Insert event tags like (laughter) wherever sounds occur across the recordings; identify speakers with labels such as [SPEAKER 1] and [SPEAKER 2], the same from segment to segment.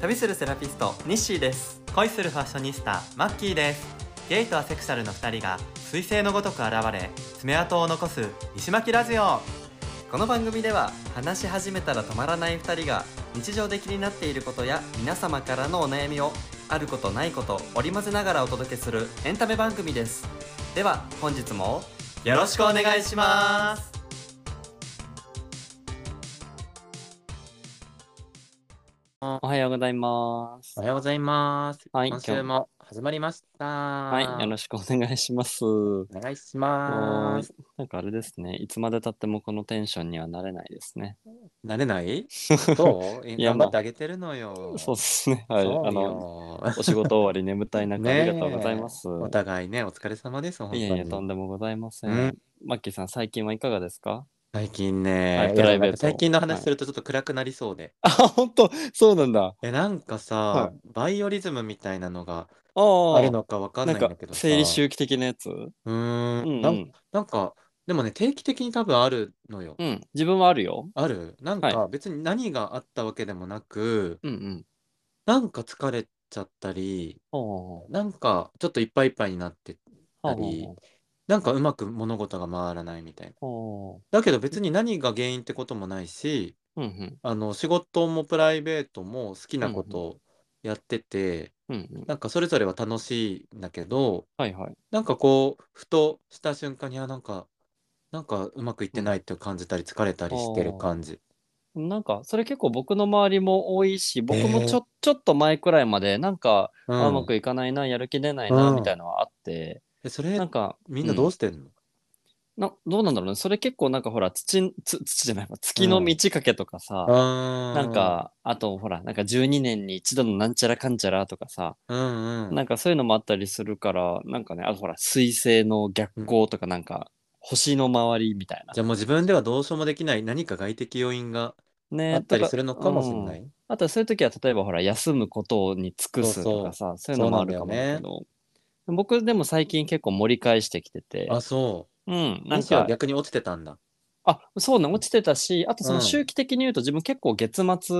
[SPEAKER 1] 旅するセラピストニッシーです
[SPEAKER 2] 恋するファッショニスタマッキーですゲイとアセクシャルの2人が彗星のごとく現れ爪痕を残す西巻ラジオ
[SPEAKER 1] この番組では話し始めたら止まらない2人が日常で気になっていることや皆様からのお悩みをあることないこと織り交ぜながらお届けするエンタメ番組ですでは本日も
[SPEAKER 2] よろしくお願いします
[SPEAKER 3] おはようございます
[SPEAKER 4] お。はようございます。
[SPEAKER 3] はい
[SPEAKER 4] 今週も始まりました。は
[SPEAKER 3] はい、よろしくお願いします。
[SPEAKER 4] お願いします。
[SPEAKER 3] なんかあれですね、いつまでたってもこのテンションにはなれないですね。
[SPEAKER 4] 慣れないどう
[SPEAKER 3] (laughs) いや
[SPEAKER 4] 頑張ってあげてるのよ。
[SPEAKER 3] そうですね。はい、
[SPEAKER 4] そうよ
[SPEAKER 3] あの、お仕事終わり眠たい中あ
[SPEAKER 4] ねえ
[SPEAKER 3] りがとうございます。
[SPEAKER 4] お互いね、お疲れ様です。本当
[SPEAKER 3] い
[SPEAKER 4] に
[SPEAKER 3] やいや、とんでもございません。
[SPEAKER 4] うん
[SPEAKER 3] マッキーさん、最近はいかがですか (laughs)
[SPEAKER 4] 最近
[SPEAKER 3] はい
[SPEAKER 4] ね、い
[SPEAKER 3] プラ
[SPEAKER 4] や
[SPEAKER 3] イベート
[SPEAKER 4] 最近の話するとちょっと暗くなりそうで。
[SPEAKER 3] あ、本当そうなんだ。
[SPEAKER 4] え、なんか
[SPEAKER 3] は
[SPEAKER 4] さ、バイオリズムみたいなのが
[SPEAKER 3] あ
[SPEAKER 4] ある
[SPEAKER 3] あ、
[SPEAKER 4] のかわかん
[SPEAKER 3] な
[SPEAKER 4] なんいんだ
[SPEAKER 3] か
[SPEAKER 4] けどさ。
[SPEAKER 3] 生理周期的なやつ。うん
[SPEAKER 4] うー。
[SPEAKER 3] うん
[SPEAKER 4] なん
[SPEAKER 3] ん。
[SPEAKER 4] なんか、でもね、定期的に多分あるのよ。
[SPEAKER 3] うん、自分はあるよ。
[SPEAKER 4] あるなん
[SPEAKER 3] はい
[SPEAKER 4] か別に何があったわけでもなく、
[SPEAKER 3] うんうん。
[SPEAKER 4] なんか疲れちゃったり、
[SPEAKER 3] ほ
[SPEAKER 4] なんかちょっといっぱいいっぱいになって、
[SPEAKER 3] う
[SPEAKER 4] やはりなんかうまく物事が回らないみたいな。
[SPEAKER 3] ほ
[SPEAKER 4] だけど別に何が原因ってこともないし、
[SPEAKER 3] ううんうん。
[SPEAKER 4] あの仕事もプライベートも好きなことをやってて、
[SPEAKER 3] うんうん。
[SPEAKER 4] なんかそれぞれは楽しいんだけど、
[SPEAKER 3] はいはい。
[SPEAKER 4] なんかこう、ふとした瞬間に、あ、なんか、なんかうまくいってないって感じたり、疲れたりしてる感じ。
[SPEAKER 3] なんか、それ結構僕の周りも多いし、僕もちょ、ちょっと前くらいまで、なんか、
[SPEAKER 4] う
[SPEAKER 3] あうま
[SPEAKER 4] ん。
[SPEAKER 3] くいかないな、やる気出ないな、
[SPEAKER 4] うん
[SPEAKER 3] みたいなのはあって、
[SPEAKER 4] え、それ
[SPEAKER 3] なん、か、
[SPEAKER 4] みんなど
[SPEAKER 3] う
[SPEAKER 4] うしてんの
[SPEAKER 3] んなどうなんだろうね。それ結構なんかほら、土、つ土じゃないわ、月の満ち欠けとかさ、
[SPEAKER 4] あー
[SPEAKER 3] なん、か、あとほら、なんか12年に一度のなんちゃらかんちゃらとかさ、
[SPEAKER 4] うんうん。
[SPEAKER 3] なんかそういうのもあったりするから、なんかね、あとほら、水星の逆行とかなんか、星の周りみたいな
[SPEAKER 4] じ。ゃあもう自分ではどうしようもできない何か外的要因が
[SPEAKER 3] ね
[SPEAKER 4] あったりするのかもしれ
[SPEAKER 3] と
[SPEAKER 4] ない。
[SPEAKER 3] あとはそういう時は例えばほら休むことに尽くすとかさそういうのもあるかも
[SPEAKER 4] そ
[SPEAKER 3] だ
[SPEAKER 4] うな
[SPEAKER 3] け
[SPEAKER 4] んだ
[SPEAKER 3] ど僕でも最近結構盛り返してきてて
[SPEAKER 4] あ、そ
[SPEAKER 3] うん
[SPEAKER 4] う。
[SPEAKER 3] なん
[SPEAKER 4] 西は
[SPEAKER 3] か
[SPEAKER 4] 逆に落ちてたんだ。
[SPEAKER 3] あそうね落ちてたしあとそうの
[SPEAKER 4] ん
[SPEAKER 3] 周期的に言うと自分結構月末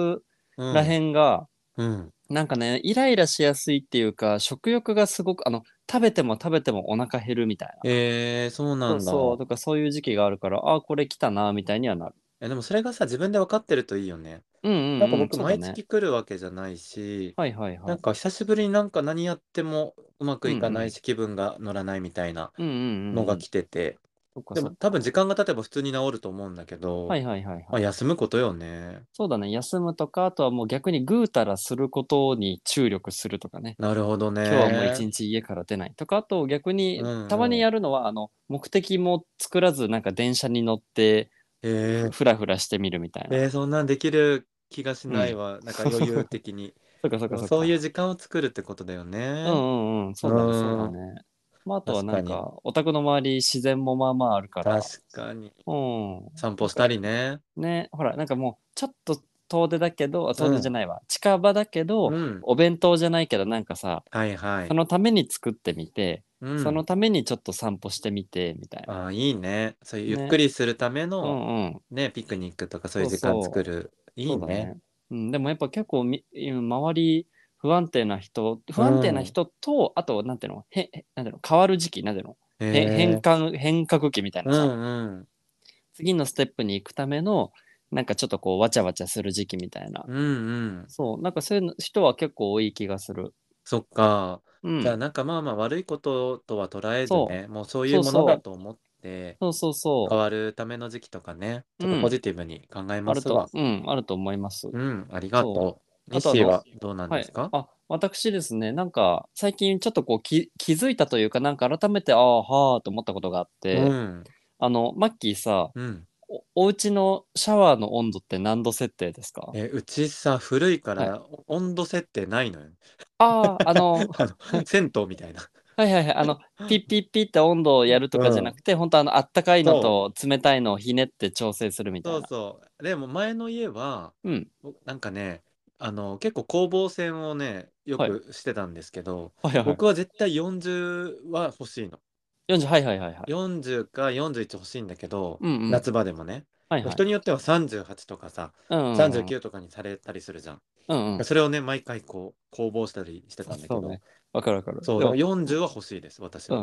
[SPEAKER 4] うん。
[SPEAKER 3] らへんが、
[SPEAKER 4] うん。
[SPEAKER 3] なんかねイライラしやすいっていうか食欲がすごくあの食べても食べてもお腹減るみたいな。
[SPEAKER 4] えー、そうなんだ。
[SPEAKER 3] そうそうとかそういう時期があるからあこれ来たなみたいにはなる。
[SPEAKER 4] えでもそれがさ、自分で分かってるといいよね。
[SPEAKER 3] うんうん、うん、
[SPEAKER 4] なんか僕、
[SPEAKER 3] そうだ
[SPEAKER 4] 毎
[SPEAKER 3] ね
[SPEAKER 4] 月来るわけじゃないし、
[SPEAKER 3] はいはいは
[SPEAKER 4] なん
[SPEAKER 3] い。
[SPEAKER 4] か久しぶりになんか何やってもうまくいかないし、気分が乗らないみたいな
[SPEAKER 3] うんうんうん
[SPEAKER 4] のが来てて、
[SPEAKER 3] そっか
[SPEAKER 4] で
[SPEAKER 3] そ
[SPEAKER 4] も
[SPEAKER 3] っか
[SPEAKER 4] 多分時間が経てば普通に治ると思うんだけど、
[SPEAKER 3] はいはいはいはい。
[SPEAKER 4] まあ、休むことよね。
[SPEAKER 3] そうだね、休むとか、あとはもう逆にぐうたらすることに注力するとかね。
[SPEAKER 4] なるほどね。
[SPEAKER 3] 今日はもう一日家から出ないとか、あと逆に
[SPEAKER 4] うんうん
[SPEAKER 3] たまにやるのは、あの目的も作らずなんか電車に乗って
[SPEAKER 4] えー
[SPEAKER 3] ふらふらしてみるみたいな。
[SPEAKER 4] えー、そんなんできる気がしないわ、なんか余裕的に。
[SPEAKER 3] そう (laughs) かそう
[SPEAKER 4] で
[SPEAKER 3] か
[SPEAKER 4] も
[SPEAKER 3] そうか。
[SPEAKER 4] そういう時間を作るってことだよね
[SPEAKER 3] う。んうんうん、そうだね、
[SPEAKER 4] うん
[SPEAKER 3] そうだね。まあ、あとはなん
[SPEAKER 4] 確か
[SPEAKER 3] か、お宅の周り、自然もまあまああるから。
[SPEAKER 4] 確かに。
[SPEAKER 3] うん。
[SPEAKER 4] 散歩したりね。
[SPEAKER 3] ね、ほら、なんかもう、ちょっと遠出だけど、あ遠出じゃないわ、近場だけど、
[SPEAKER 4] うん。
[SPEAKER 3] お弁当じゃないけど、なんかさ、
[SPEAKER 4] はいはい
[SPEAKER 3] そ。のために作ってみて、
[SPEAKER 4] うん
[SPEAKER 3] そのためにちょっと散歩してみてみたいな。
[SPEAKER 4] あーいいね。そういうゆ
[SPEAKER 3] ね
[SPEAKER 4] っくりするため
[SPEAKER 3] う
[SPEAKER 4] の、
[SPEAKER 3] んうん。
[SPEAKER 4] ね、ピクニックとかそういう時
[SPEAKER 3] そ
[SPEAKER 4] 間
[SPEAKER 3] うそう
[SPEAKER 4] 作る。い
[SPEAKER 3] そ
[SPEAKER 4] いう
[SPEAKER 3] だ
[SPEAKER 4] ね。。
[SPEAKER 3] うん、でもやっぱ結構み今周り不安定な人不安定な人と、あとなんていうのへへなんていうの変わる時期なんていうの、へ
[SPEAKER 4] へー
[SPEAKER 3] 変換変革期みたいな
[SPEAKER 4] う
[SPEAKER 3] さ、
[SPEAKER 4] んうん。
[SPEAKER 3] 次のステップに行くためのなんかちょっとこうわちゃわちゃする時期みたいな、
[SPEAKER 4] うんうん。
[SPEAKER 3] そうなんかそういうの人は結構多い気がする。
[SPEAKER 4] そっか。
[SPEAKER 3] うん
[SPEAKER 4] じゃあ、なんかまあまあ悪いこととは捉えず
[SPEAKER 3] そ
[SPEAKER 4] ね、もうそういうものだと思って、
[SPEAKER 3] そうそう
[SPEAKER 4] 変
[SPEAKER 3] そ
[SPEAKER 4] わるための時期とかね、ちょっ
[SPEAKER 3] うん
[SPEAKER 4] とポジティブに考え
[SPEAKER 3] う。あ
[SPEAKER 4] ま
[SPEAKER 3] る
[SPEAKER 4] す
[SPEAKER 3] と
[SPEAKER 4] わ。、
[SPEAKER 3] うん、あると思います。
[SPEAKER 4] うん、ありがとう。
[SPEAKER 3] あ
[SPEAKER 4] ミ
[SPEAKER 3] とあ
[SPEAKER 4] ッ
[SPEAKER 3] の
[SPEAKER 4] シーはどうなん
[SPEAKER 3] は
[SPEAKER 4] で
[SPEAKER 3] い
[SPEAKER 4] す、か
[SPEAKER 3] あ私ですねなんか最近ちょっとこうき気づいたというかなんか改めてああはあと思ったことがあって、
[SPEAKER 4] うん、
[SPEAKER 3] あのマッキーさ
[SPEAKER 4] うん。
[SPEAKER 3] おお家のシャワーの温度って何度設定ですか
[SPEAKER 4] え、うちさ、古いから温度設定ないのよ。
[SPEAKER 3] あ (laughs) ああのは
[SPEAKER 4] あの、銭湯みたい
[SPEAKER 3] (laughs)
[SPEAKER 4] な。
[SPEAKER 3] いはいはいあのピッピッピッって温度をやるとかじゃなくて、本当あのあったかいのと冷たいのをひねって調整するみたい
[SPEAKER 4] そ
[SPEAKER 3] な
[SPEAKER 4] うそう。でも前の家は、
[SPEAKER 3] うん
[SPEAKER 4] なんかね、あの、結構攻防戦をね、よ
[SPEAKER 3] はい
[SPEAKER 4] くしてたんですけど、
[SPEAKER 3] はいはいはい
[SPEAKER 4] 僕は絶対40は欲しいの。
[SPEAKER 3] 40はいはいはいはい
[SPEAKER 4] 40か41欲しいんだけど、
[SPEAKER 3] うんうん
[SPEAKER 4] 夏場でもね。
[SPEAKER 3] はいはい
[SPEAKER 4] 人。によっては38とかさ、
[SPEAKER 3] 39。
[SPEAKER 4] 39とかにされたりするじゃん。
[SPEAKER 3] うんうん。
[SPEAKER 4] それをね、毎回こう、攻防したりしてたんだけ
[SPEAKER 3] そう
[SPEAKER 4] ど、
[SPEAKER 3] ね。わかるわかる。
[SPEAKER 4] そう、
[SPEAKER 3] で
[SPEAKER 4] で
[SPEAKER 3] も
[SPEAKER 4] も40は欲しいです、私は。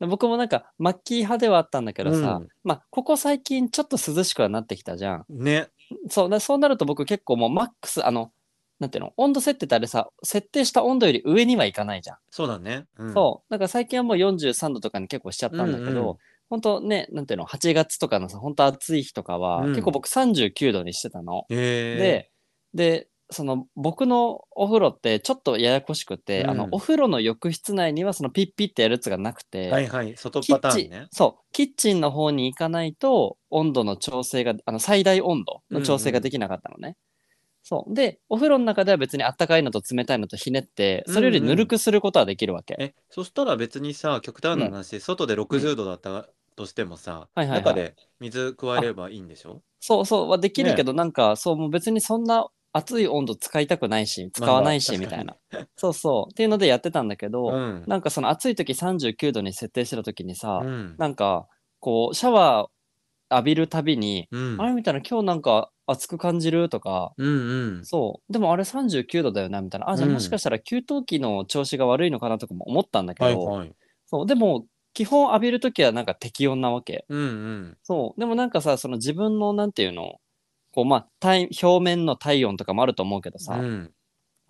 [SPEAKER 3] うん、僕もなんかマッキー派ではあったんだけどさ、
[SPEAKER 4] うん
[SPEAKER 3] まあここ最近ちょっと涼しくはなってきたじゃん
[SPEAKER 4] ね、
[SPEAKER 3] そうだそうなると僕結構もうマックスあのなんていうの温度設定ってあれさ設定した温度より上にはいかないじゃん、
[SPEAKER 4] そうだね。うん、
[SPEAKER 3] そうなんか最近はもう43度とかに結構しちゃったんだ
[SPEAKER 4] う
[SPEAKER 3] け
[SPEAKER 4] んう
[SPEAKER 3] ど、ほんと本当ねなんていうの8月とかのさ本当暑い日とかは、
[SPEAKER 4] うん
[SPEAKER 3] 結構僕39度にしてたの、
[SPEAKER 4] へ
[SPEAKER 3] ででその僕のお風呂ってちょっとややこしくて、
[SPEAKER 4] うん
[SPEAKER 3] あのお風呂の浴室内にはそのピッピッってやるやつがなくて、
[SPEAKER 4] え。はいはい、外
[SPEAKER 3] キ
[SPEAKER 4] パタ
[SPEAKER 3] ッチ
[SPEAKER 4] ーン
[SPEAKER 3] ン、
[SPEAKER 4] ね。
[SPEAKER 3] そうキッチンの方に行かないと温度の調整があの最大温度の調整ができなかったのね、そうでお風呂の中では別にあったかいのと冷たいのとひねってそれよりぬるくすることはできるわけ、
[SPEAKER 4] え、そしたら別にさ、極端な話、外で60度だったとしてもさ、
[SPEAKER 3] はいはいはい
[SPEAKER 4] 中で水加えればいいんでしょ
[SPEAKER 3] そうそうはできるけど、なんかそうもう別にそんな熱い温度使いたくないし使わないし
[SPEAKER 4] まあま
[SPEAKER 3] み
[SPEAKER 4] あ
[SPEAKER 3] たいな、そうそうっていうのでやってたんだけど、
[SPEAKER 4] うん。
[SPEAKER 3] なんかその暑い時39度に設定してた時にさ、
[SPEAKER 4] うん。
[SPEAKER 3] なんかこうシャワー浴びるたびに、
[SPEAKER 4] うん。
[SPEAKER 3] あれみたいな今日なんか暑く感じるとか
[SPEAKER 4] うんうん。
[SPEAKER 3] そう。でもあれ39度だよな、みたいな。あ、じゃあ
[SPEAKER 4] うん
[SPEAKER 3] もしかしたら給湯器の調子が悪いのかなとかも思ったんだけ
[SPEAKER 4] はい
[SPEAKER 3] ど、
[SPEAKER 4] はい。
[SPEAKER 3] そう。でも、基本浴びるときはなんか適温なわけ。
[SPEAKER 4] うんうん。
[SPEAKER 3] そう。でもなんかさ、その自分の、なんていうの、こう、まあ、体表面の体温とかもあると思うけど
[SPEAKER 4] う
[SPEAKER 3] さ、
[SPEAKER 4] ん。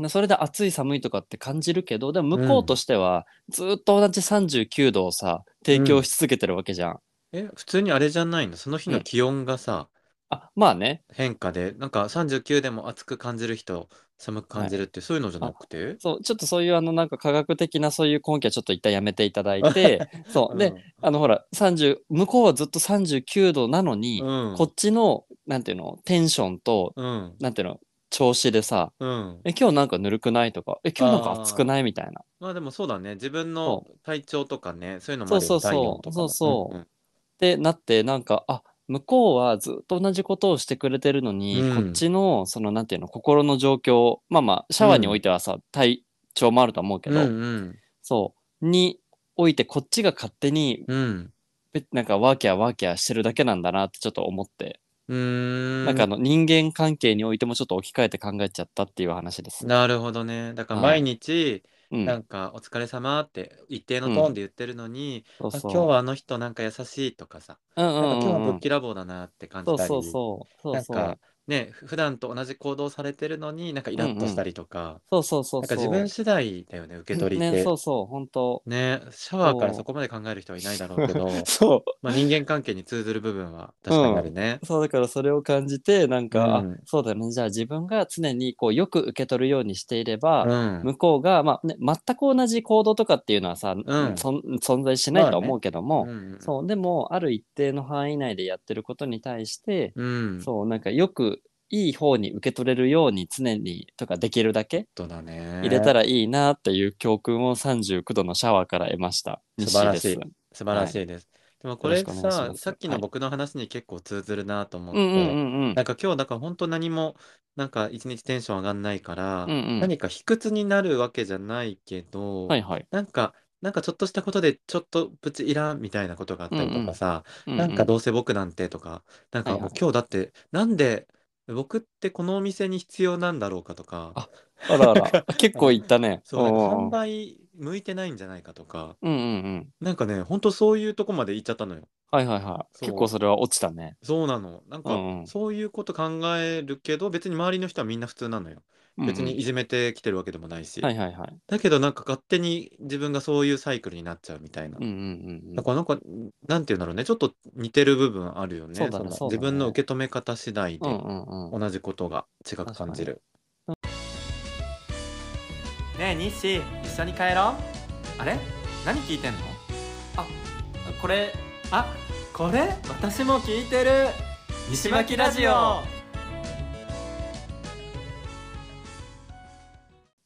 [SPEAKER 3] それで暑い寒いとかって感じるけど、でも向こうとしては、ずーっと同じ39度をさ、提供し続けてるわけじゃん。
[SPEAKER 4] え、普通にあれじゃないのその日の気温がさ、
[SPEAKER 3] あ、まあね。
[SPEAKER 4] 変化で、なんか39でも暑く感じる人、寒く感じるって、そういうのじゃなくて
[SPEAKER 3] そう、ちょっとそういうあの、なんか科学的なそういう根拠はちょっと一旦やめていただい
[SPEAKER 4] (laughs)
[SPEAKER 3] て、そう。で、あのほら30向こうはずっと39度なのに、
[SPEAKER 4] うん、
[SPEAKER 3] こっちのなんていうのテンションと
[SPEAKER 4] うん、
[SPEAKER 3] なんていうの調子でさ
[SPEAKER 4] うん。
[SPEAKER 3] え今日なんかぬるくないとかえ今日なんか暑くないみたいな
[SPEAKER 4] まあでもそうだね。自分の体調とかね、そういうのもある
[SPEAKER 3] そ
[SPEAKER 4] よ
[SPEAKER 3] うそうそう
[SPEAKER 4] 体温とかも
[SPEAKER 3] そうそう
[SPEAKER 4] うんうん
[SPEAKER 3] でなってなんかあ向こうはずっと同じことをしてくれてるのに、
[SPEAKER 4] うん
[SPEAKER 3] こっちのそのなんていうの心の状況まあまあシャワーにおいてはさ、体調もあると思うけど、
[SPEAKER 4] うん
[SPEAKER 3] そうにおいてこっちが勝手に
[SPEAKER 4] うん。うん。
[SPEAKER 3] べなんかワーキャーワーキャーしてるだけなんだなってちょっと思って。
[SPEAKER 4] うーん。
[SPEAKER 3] なんかあの人間関係においてもちょっと置き換えて考えちゃったっていう話ですね。
[SPEAKER 4] なるほどね。だから
[SPEAKER 3] は
[SPEAKER 4] 毎
[SPEAKER 3] い
[SPEAKER 4] 日、
[SPEAKER 3] う
[SPEAKER 4] なん
[SPEAKER 3] ん、
[SPEAKER 4] か、お疲れ様って一定のトーンで言ってるのに、
[SPEAKER 3] そう
[SPEAKER 4] あ
[SPEAKER 3] そう。
[SPEAKER 4] 今日はあの人なんか優しいとかさ、
[SPEAKER 3] うんうん
[SPEAKER 4] なんか今日
[SPEAKER 3] うん
[SPEAKER 4] はぶっきらぼうだなって感じ
[SPEAKER 3] そう
[SPEAKER 4] たり、
[SPEAKER 3] そうそう。そう
[SPEAKER 4] なん
[SPEAKER 3] そう。
[SPEAKER 4] かね、ふ普段と同じ行動されてるのになんかイラッとしたりとか、
[SPEAKER 3] そうそうそうそう。
[SPEAKER 4] なんか自分次第だよね、受け取りって。
[SPEAKER 3] ね、そうそう、本当。
[SPEAKER 4] ね、シャワーから
[SPEAKER 3] そう
[SPEAKER 4] そこまで考える人はいないだろうけ
[SPEAKER 3] (laughs)
[SPEAKER 4] ど、
[SPEAKER 3] そ
[SPEAKER 4] まあ人間関係に通ずる部分は確かにあるね。
[SPEAKER 3] う。そうだからそれを感じて、なんか、
[SPEAKER 4] うん
[SPEAKER 3] あそうだよね。じゃあ自分が常にこうよく受け取るようにしていれ
[SPEAKER 4] う
[SPEAKER 3] ば、
[SPEAKER 4] ん。
[SPEAKER 3] 向こうが、まあね、全く同じ行動とかっていうのはさ、
[SPEAKER 4] ん
[SPEAKER 3] そん存在しないとは思うけども、
[SPEAKER 4] うん
[SPEAKER 3] そう、でもある一定の範囲内でやってることに対して、
[SPEAKER 4] うん。そう
[SPEAKER 3] そう、なんかよくいい方に受け取れるように常にとかできるだけ
[SPEAKER 4] だね。
[SPEAKER 3] 入れた
[SPEAKER 4] ら
[SPEAKER 3] らいいなっていう教訓を39度のシャワーから得ました。
[SPEAKER 4] 素晴らしい
[SPEAKER 3] 西です
[SPEAKER 4] 素晴らしいです。でもこれ
[SPEAKER 3] よろしくお願いし
[SPEAKER 4] さ
[SPEAKER 3] ま、す
[SPEAKER 4] さっきの僕の話に結構通ずるなと思っ
[SPEAKER 3] うんうん
[SPEAKER 4] て、
[SPEAKER 3] うんうん。
[SPEAKER 4] なんか今日だから本当何も、なんか一日テンション上がんないから
[SPEAKER 3] うん、うん
[SPEAKER 4] 何か卑屈になるわけじゃないけど
[SPEAKER 3] は、いはい。
[SPEAKER 4] なんか、なんかちょっとしたことでちょっとプチいらんみたいなことがあったりとかさ、
[SPEAKER 3] うう
[SPEAKER 4] なんかどうせ僕なんてとか、なんか
[SPEAKER 3] はいは
[SPEAKER 4] も
[SPEAKER 3] い
[SPEAKER 4] う今日だって、なんで僕ってこのお店に必要なんだろうかと
[SPEAKER 3] あ
[SPEAKER 4] か、
[SPEAKER 3] あらあら。結構いったね。
[SPEAKER 4] そう、なんか販
[SPEAKER 3] おー
[SPEAKER 4] 売向いてないんじゃないかとか、
[SPEAKER 3] うんうんうん。
[SPEAKER 4] なんかね、ほんとそういうとこまで言っちゃったのよ。
[SPEAKER 3] はいはいはい。
[SPEAKER 4] そう
[SPEAKER 3] 結構それは落ちたね。
[SPEAKER 4] そうなの。なんか
[SPEAKER 3] うんうん
[SPEAKER 4] そういうこと考えるけど、別に周りの人はみんな普通なのよ。別
[SPEAKER 3] うん
[SPEAKER 4] にいじめてきてるわけでもないし
[SPEAKER 3] うん。は。いはいはい。
[SPEAKER 4] だけどなんか勝手に自分がそういうサイクルになっちゃうみたいな
[SPEAKER 3] うん。うんうんう
[SPEAKER 4] だ
[SPEAKER 3] ん。
[SPEAKER 4] からなんか、なんていうんだろうね、ちょっと似てる部分あるよね。
[SPEAKER 3] そうだね
[SPEAKER 4] の
[SPEAKER 3] そうだ
[SPEAKER 4] 自
[SPEAKER 3] ね
[SPEAKER 4] 分の受け止め方次第
[SPEAKER 3] うん
[SPEAKER 4] で
[SPEAKER 3] うんうん。
[SPEAKER 4] 同じことが違く感じる。
[SPEAKER 2] ねえ日誌一緒に帰ろうあれ何聞いてんのあこれあこれ私も聞いてる西巻ラジオ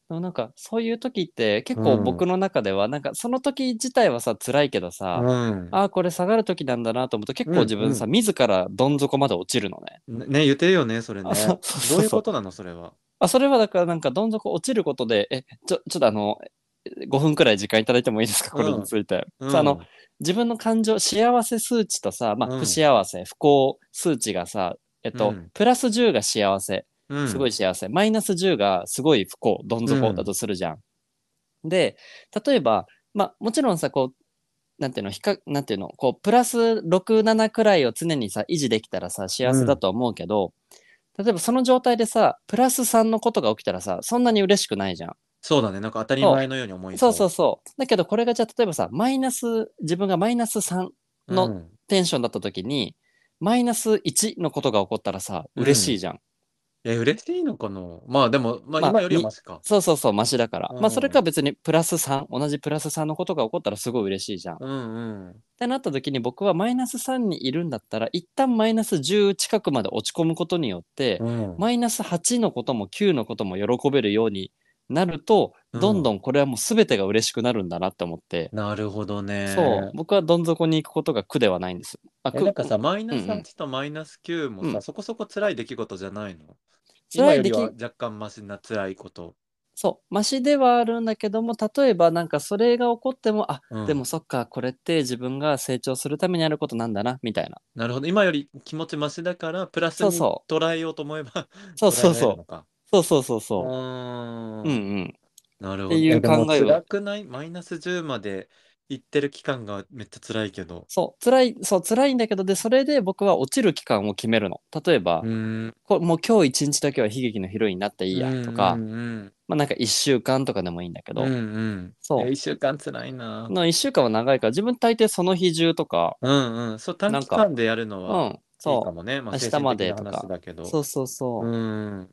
[SPEAKER 3] でもなんかそういう時って結構僕の中では、なんかその時自体はさ辛いけどさ、
[SPEAKER 4] うん。
[SPEAKER 3] ああこれ下がる時なんだなと思うと結構自分さ、
[SPEAKER 4] う
[SPEAKER 3] 自らどん底まで落ちるのね。
[SPEAKER 4] ね、言ってるよね、それね
[SPEAKER 3] あ (laughs) そうそう。そう
[SPEAKER 4] どういうことなの、それは。
[SPEAKER 3] あそれはだからなんかどん底落ちることでえちょちょっとあの5分くらい時間いただいてもいいですかこれについて。
[SPEAKER 4] うん
[SPEAKER 3] さあの自分の感情、幸せ数値とさ、ま
[SPEAKER 4] う
[SPEAKER 3] あ、
[SPEAKER 4] ん
[SPEAKER 3] 不幸せ、不幸数値がさ、えっ
[SPEAKER 4] う
[SPEAKER 3] と、
[SPEAKER 4] ん
[SPEAKER 3] プラス10が幸せ、
[SPEAKER 4] うん
[SPEAKER 3] すごい幸せ、マイナス10がすごい不幸、どん底だとするじゃん。で、例えば、まあ、もちろんさ、こう、なんていうの、比較、なんていうの、こう、プラス6、7くらいを常にさ、維持できたらさ、幸せだとは思うけど、例えばその状態でさ、プラス3のことが起きたらさ、そんなに嬉しくないじゃん。
[SPEAKER 4] そうだね。なんか当たり前のように思い
[SPEAKER 3] そうそうそう。だけどこれがじゃあ例えばさ、マイナス、自分がマイナス3
[SPEAKER 4] う
[SPEAKER 3] の
[SPEAKER 4] ん
[SPEAKER 3] テンションだった時に、マイナス1のことが起こったらさ、
[SPEAKER 4] うん
[SPEAKER 3] 嬉しいじゃん。
[SPEAKER 4] え、嬉しいのかなまあでも、ま
[SPEAKER 3] ま
[SPEAKER 4] あ
[SPEAKER 3] あ
[SPEAKER 4] 今よりはマシか。
[SPEAKER 3] そうそうそう、マシだから。
[SPEAKER 4] うん
[SPEAKER 3] まあそれか別にプラス3、同じプラス3のことが起こったらすごい嬉しいじゃん。っ
[SPEAKER 4] うんうん。
[SPEAKER 3] てなった時に僕はマイナス3にいるんだったら、一旦マイナス10近くまで落ち込むことによって、
[SPEAKER 4] うん
[SPEAKER 3] マイナス8のことも9のことも喜べるようになると、どんどんこれはもう全てが嬉しくなるんだなって思って、
[SPEAKER 4] なるほどね。
[SPEAKER 3] そう、僕はどん底に行くことが苦ではないんです。あ、
[SPEAKER 4] え
[SPEAKER 3] 苦
[SPEAKER 4] なんかさ、マイナス
[SPEAKER 3] うんうん
[SPEAKER 4] 8とマイナス9もさ、
[SPEAKER 3] うん
[SPEAKER 4] そこそこ辛い出来事じゃないの今
[SPEAKER 3] 辛い
[SPEAKER 4] よ
[SPEAKER 3] 出
[SPEAKER 4] り
[SPEAKER 3] 来
[SPEAKER 4] は若干マシな辛いこと。
[SPEAKER 3] そう、マシではあるんだけども、例えばなんかそれが起こっても、あ、
[SPEAKER 4] うん
[SPEAKER 3] でもそっか、これって自分が成長するためにあることなんだな、みたいな。
[SPEAKER 4] なるほど。今より気持ちマシだから、プラス
[SPEAKER 3] そう
[SPEAKER 4] に
[SPEAKER 3] そ
[SPEAKER 4] 捉えようと思えば、
[SPEAKER 3] そうそ
[SPEAKER 4] (laughs)
[SPEAKER 3] う
[SPEAKER 4] 捉えられる
[SPEAKER 3] そ
[SPEAKER 4] のか
[SPEAKER 3] う。そうそうそう
[SPEAKER 4] う
[SPEAKER 3] そう。
[SPEAKER 4] ーん
[SPEAKER 3] うんうん。
[SPEAKER 4] なるほ
[SPEAKER 3] っ
[SPEAKER 4] ど。
[SPEAKER 3] ていう
[SPEAKER 4] えでも
[SPEAKER 3] 考えは
[SPEAKER 4] 辛くないマイナス10まで行ってる期間がめっちゃ辛いけど。
[SPEAKER 3] そう、辛い、そう、辛いんだけど、で、それで僕は落ちる期間を決めるの。例えば
[SPEAKER 4] う、ーん。
[SPEAKER 3] こもう今日一日だけは悲劇のヒロインになっていいや、とか
[SPEAKER 4] う、んうん
[SPEAKER 3] まあなんか一週間とかでもいいんだけ
[SPEAKER 4] うん。
[SPEAKER 3] ど
[SPEAKER 4] う、んうん。
[SPEAKER 3] そう
[SPEAKER 4] え一週間辛いな。
[SPEAKER 3] の一週間は長いから、自分大抵その日中とか、
[SPEAKER 4] うんうん。そう、短
[SPEAKER 3] なん
[SPEAKER 4] 期
[SPEAKER 3] か
[SPEAKER 4] 間でやるの
[SPEAKER 3] う
[SPEAKER 4] は
[SPEAKER 3] ん、
[SPEAKER 4] いいか
[SPEAKER 3] そ
[SPEAKER 4] もね。まあ、
[SPEAKER 3] 明日
[SPEAKER 4] 精神
[SPEAKER 3] ま
[SPEAKER 4] 的
[SPEAKER 3] で
[SPEAKER 4] な
[SPEAKER 3] とか
[SPEAKER 4] 話だけど。
[SPEAKER 3] う。そうそうそう。
[SPEAKER 4] うん。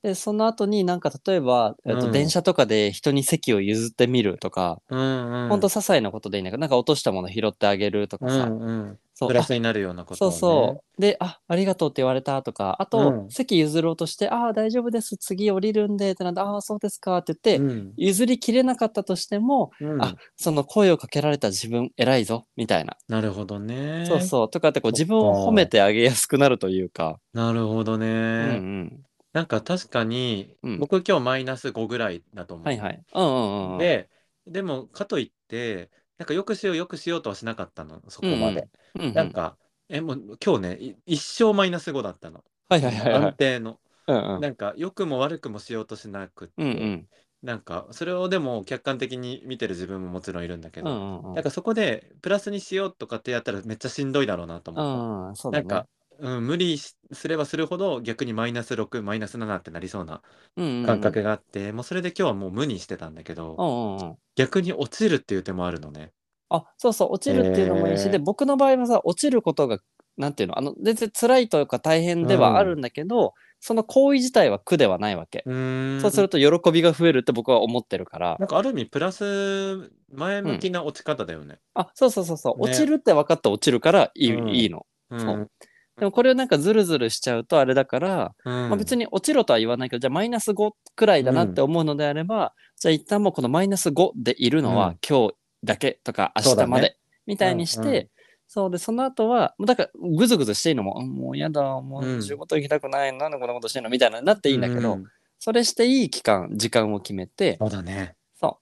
[SPEAKER 3] で、その後になんか例えば、えっ
[SPEAKER 4] う
[SPEAKER 3] と、
[SPEAKER 4] ん
[SPEAKER 3] 電車とかで人に席を譲ってみるとか、
[SPEAKER 4] うんうん。
[SPEAKER 3] ほんと些細なことでいいんだけど、なんか落としたもの拾ってあげるとか
[SPEAKER 4] う
[SPEAKER 3] さ、
[SPEAKER 4] んうん。
[SPEAKER 3] そう
[SPEAKER 4] プラスになるような
[SPEAKER 3] あ
[SPEAKER 4] こと
[SPEAKER 3] そ
[SPEAKER 4] を
[SPEAKER 3] う
[SPEAKER 4] ね。
[SPEAKER 3] そう。で、あ、ありがとうって言われたとか、あと、
[SPEAKER 4] うん
[SPEAKER 3] 席譲ろうとして、ああ、大丈夫です、次降りるんで、ってなんで、ああ、そうですかって言って、
[SPEAKER 4] うん。
[SPEAKER 3] 譲りきれなかったとしても、
[SPEAKER 4] うん
[SPEAKER 3] あ、その声をかけられた自分、偉いぞ、みたいな。
[SPEAKER 4] なるほどね。
[SPEAKER 3] そうそう。とかって
[SPEAKER 4] そ
[SPEAKER 3] こう、
[SPEAKER 4] っか
[SPEAKER 3] 自分を褒めてあげやすくなるというか。
[SPEAKER 4] なるほどね。
[SPEAKER 3] うんうん。
[SPEAKER 4] なんか確かに、
[SPEAKER 3] うん
[SPEAKER 4] 僕今日マイナス5ぐらいだと思う。
[SPEAKER 3] はいはい。うんうんうん。
[SPEAKER 4] で、でも、かといって、なんかよくしようよくしようとはしなかったの、そこまで。
[SPEAKER 3] うんうん、
[SPEAKER 4] なんか、え、もう今日ね、い一生マイナス5だったの。
[SPEAKER 3] (laughs) はいはいはいは
[SPEAKER 4] 安
[SPEAKER 3] い。
[SPEAKER 4] 定の。
[SPEAKER 3] うんうん。
[SPEAKER 4] なんか、良くも悪くもしようとしなくって、
[SPEAKER 3] うんうん。
[SPEAKER 4] なんか、それをでも客観的に見てる自分ももちろんいるんだけ
[SPEAKER 3] う
[SPEAKER 4] ど、
[SPEAKER 3] んうんうん
[SPEAKER 4] なんかそこで、プラスにしようとかってやったらめっちゃしんどいだろうなと思った。
[SPEAKER 3] うん、そう
[SPEAKER 4] な
[SPEAKER 3] だ
[SPEAKER 4] ん
[SPEAKER 3] ね。
[SPEAKER 4] か、うん、無理しすればするほど逆にマイナス6、マイナス7ってなりそうな
[SPEAKER 3] うんうんうん、
[SPEAKER 4] 感覚があって、もうそれで今日はもう無にしてたんだけど、
[SPEAKER 3] うんうんうん。
[SPEAKER 4] 逆に落ちるっていう手もあるのね。
[SPEAKER 3] あ、そうそう、落ちるっていうのもいいし、
[SPEAKER 4] へー
[SPEAKER 3] で、僕の場合はさ、落ちることが、なんていうの、あの、全然辛いというか大変ではあるんだけど、その行為自体は苦ではないわけ。
[SPEAKER 4] うーん
[SPEAKER 3] そうすると喜びが増えるって僕は思ってるから、
[SPEAKER 4] なんかある意味プラス前向きな落ち方だよね。
[SPEAKER 3] あ、そうそうそうそう、
[SPEAKER 4] ね
[SPEAKER 3] 落ちるって分かって落ちるからいい,、
[SPEAKER 4] うん
[SPEAKER 3] いいの。
[SPEAKER 4] うん
[SPEAKER 3] そうでもこれをなんかズルズルしちゃうとあれだから、まあ、別
[SPEAKER 4] に
[SPEAKER 3] に落ちろとは言わないけど、じゃあマイナス5くらいだなって思うのであれば、じゃあ一旦もうこのマイナス5でいるの
[SPEAKER 4] う
[SPEAKER 3] は
[SPEAKER 4] ん
[SPEAKER 3] 今日だけとか明
[SPEAKER 4] そうだ
[SPEAKER 3] 日
[SPEAKER 4] ね
[SPEAKER 3] までみたいにして、
[SPEAKER 4] うんうん
[SPEAKER 3] そうで、その後は、もうだからぐずぐずしていいのも、うんもう嫌だ、も
[SPEAKER 4] うん
[SPEAKER 3] う仕事行きたくない、なんでこんなことしてんのみたいななっていいんだけど、それしていい期間、時間を決めて、
[SPEAKER 4] そうだね。
[SPEAKER 3] そ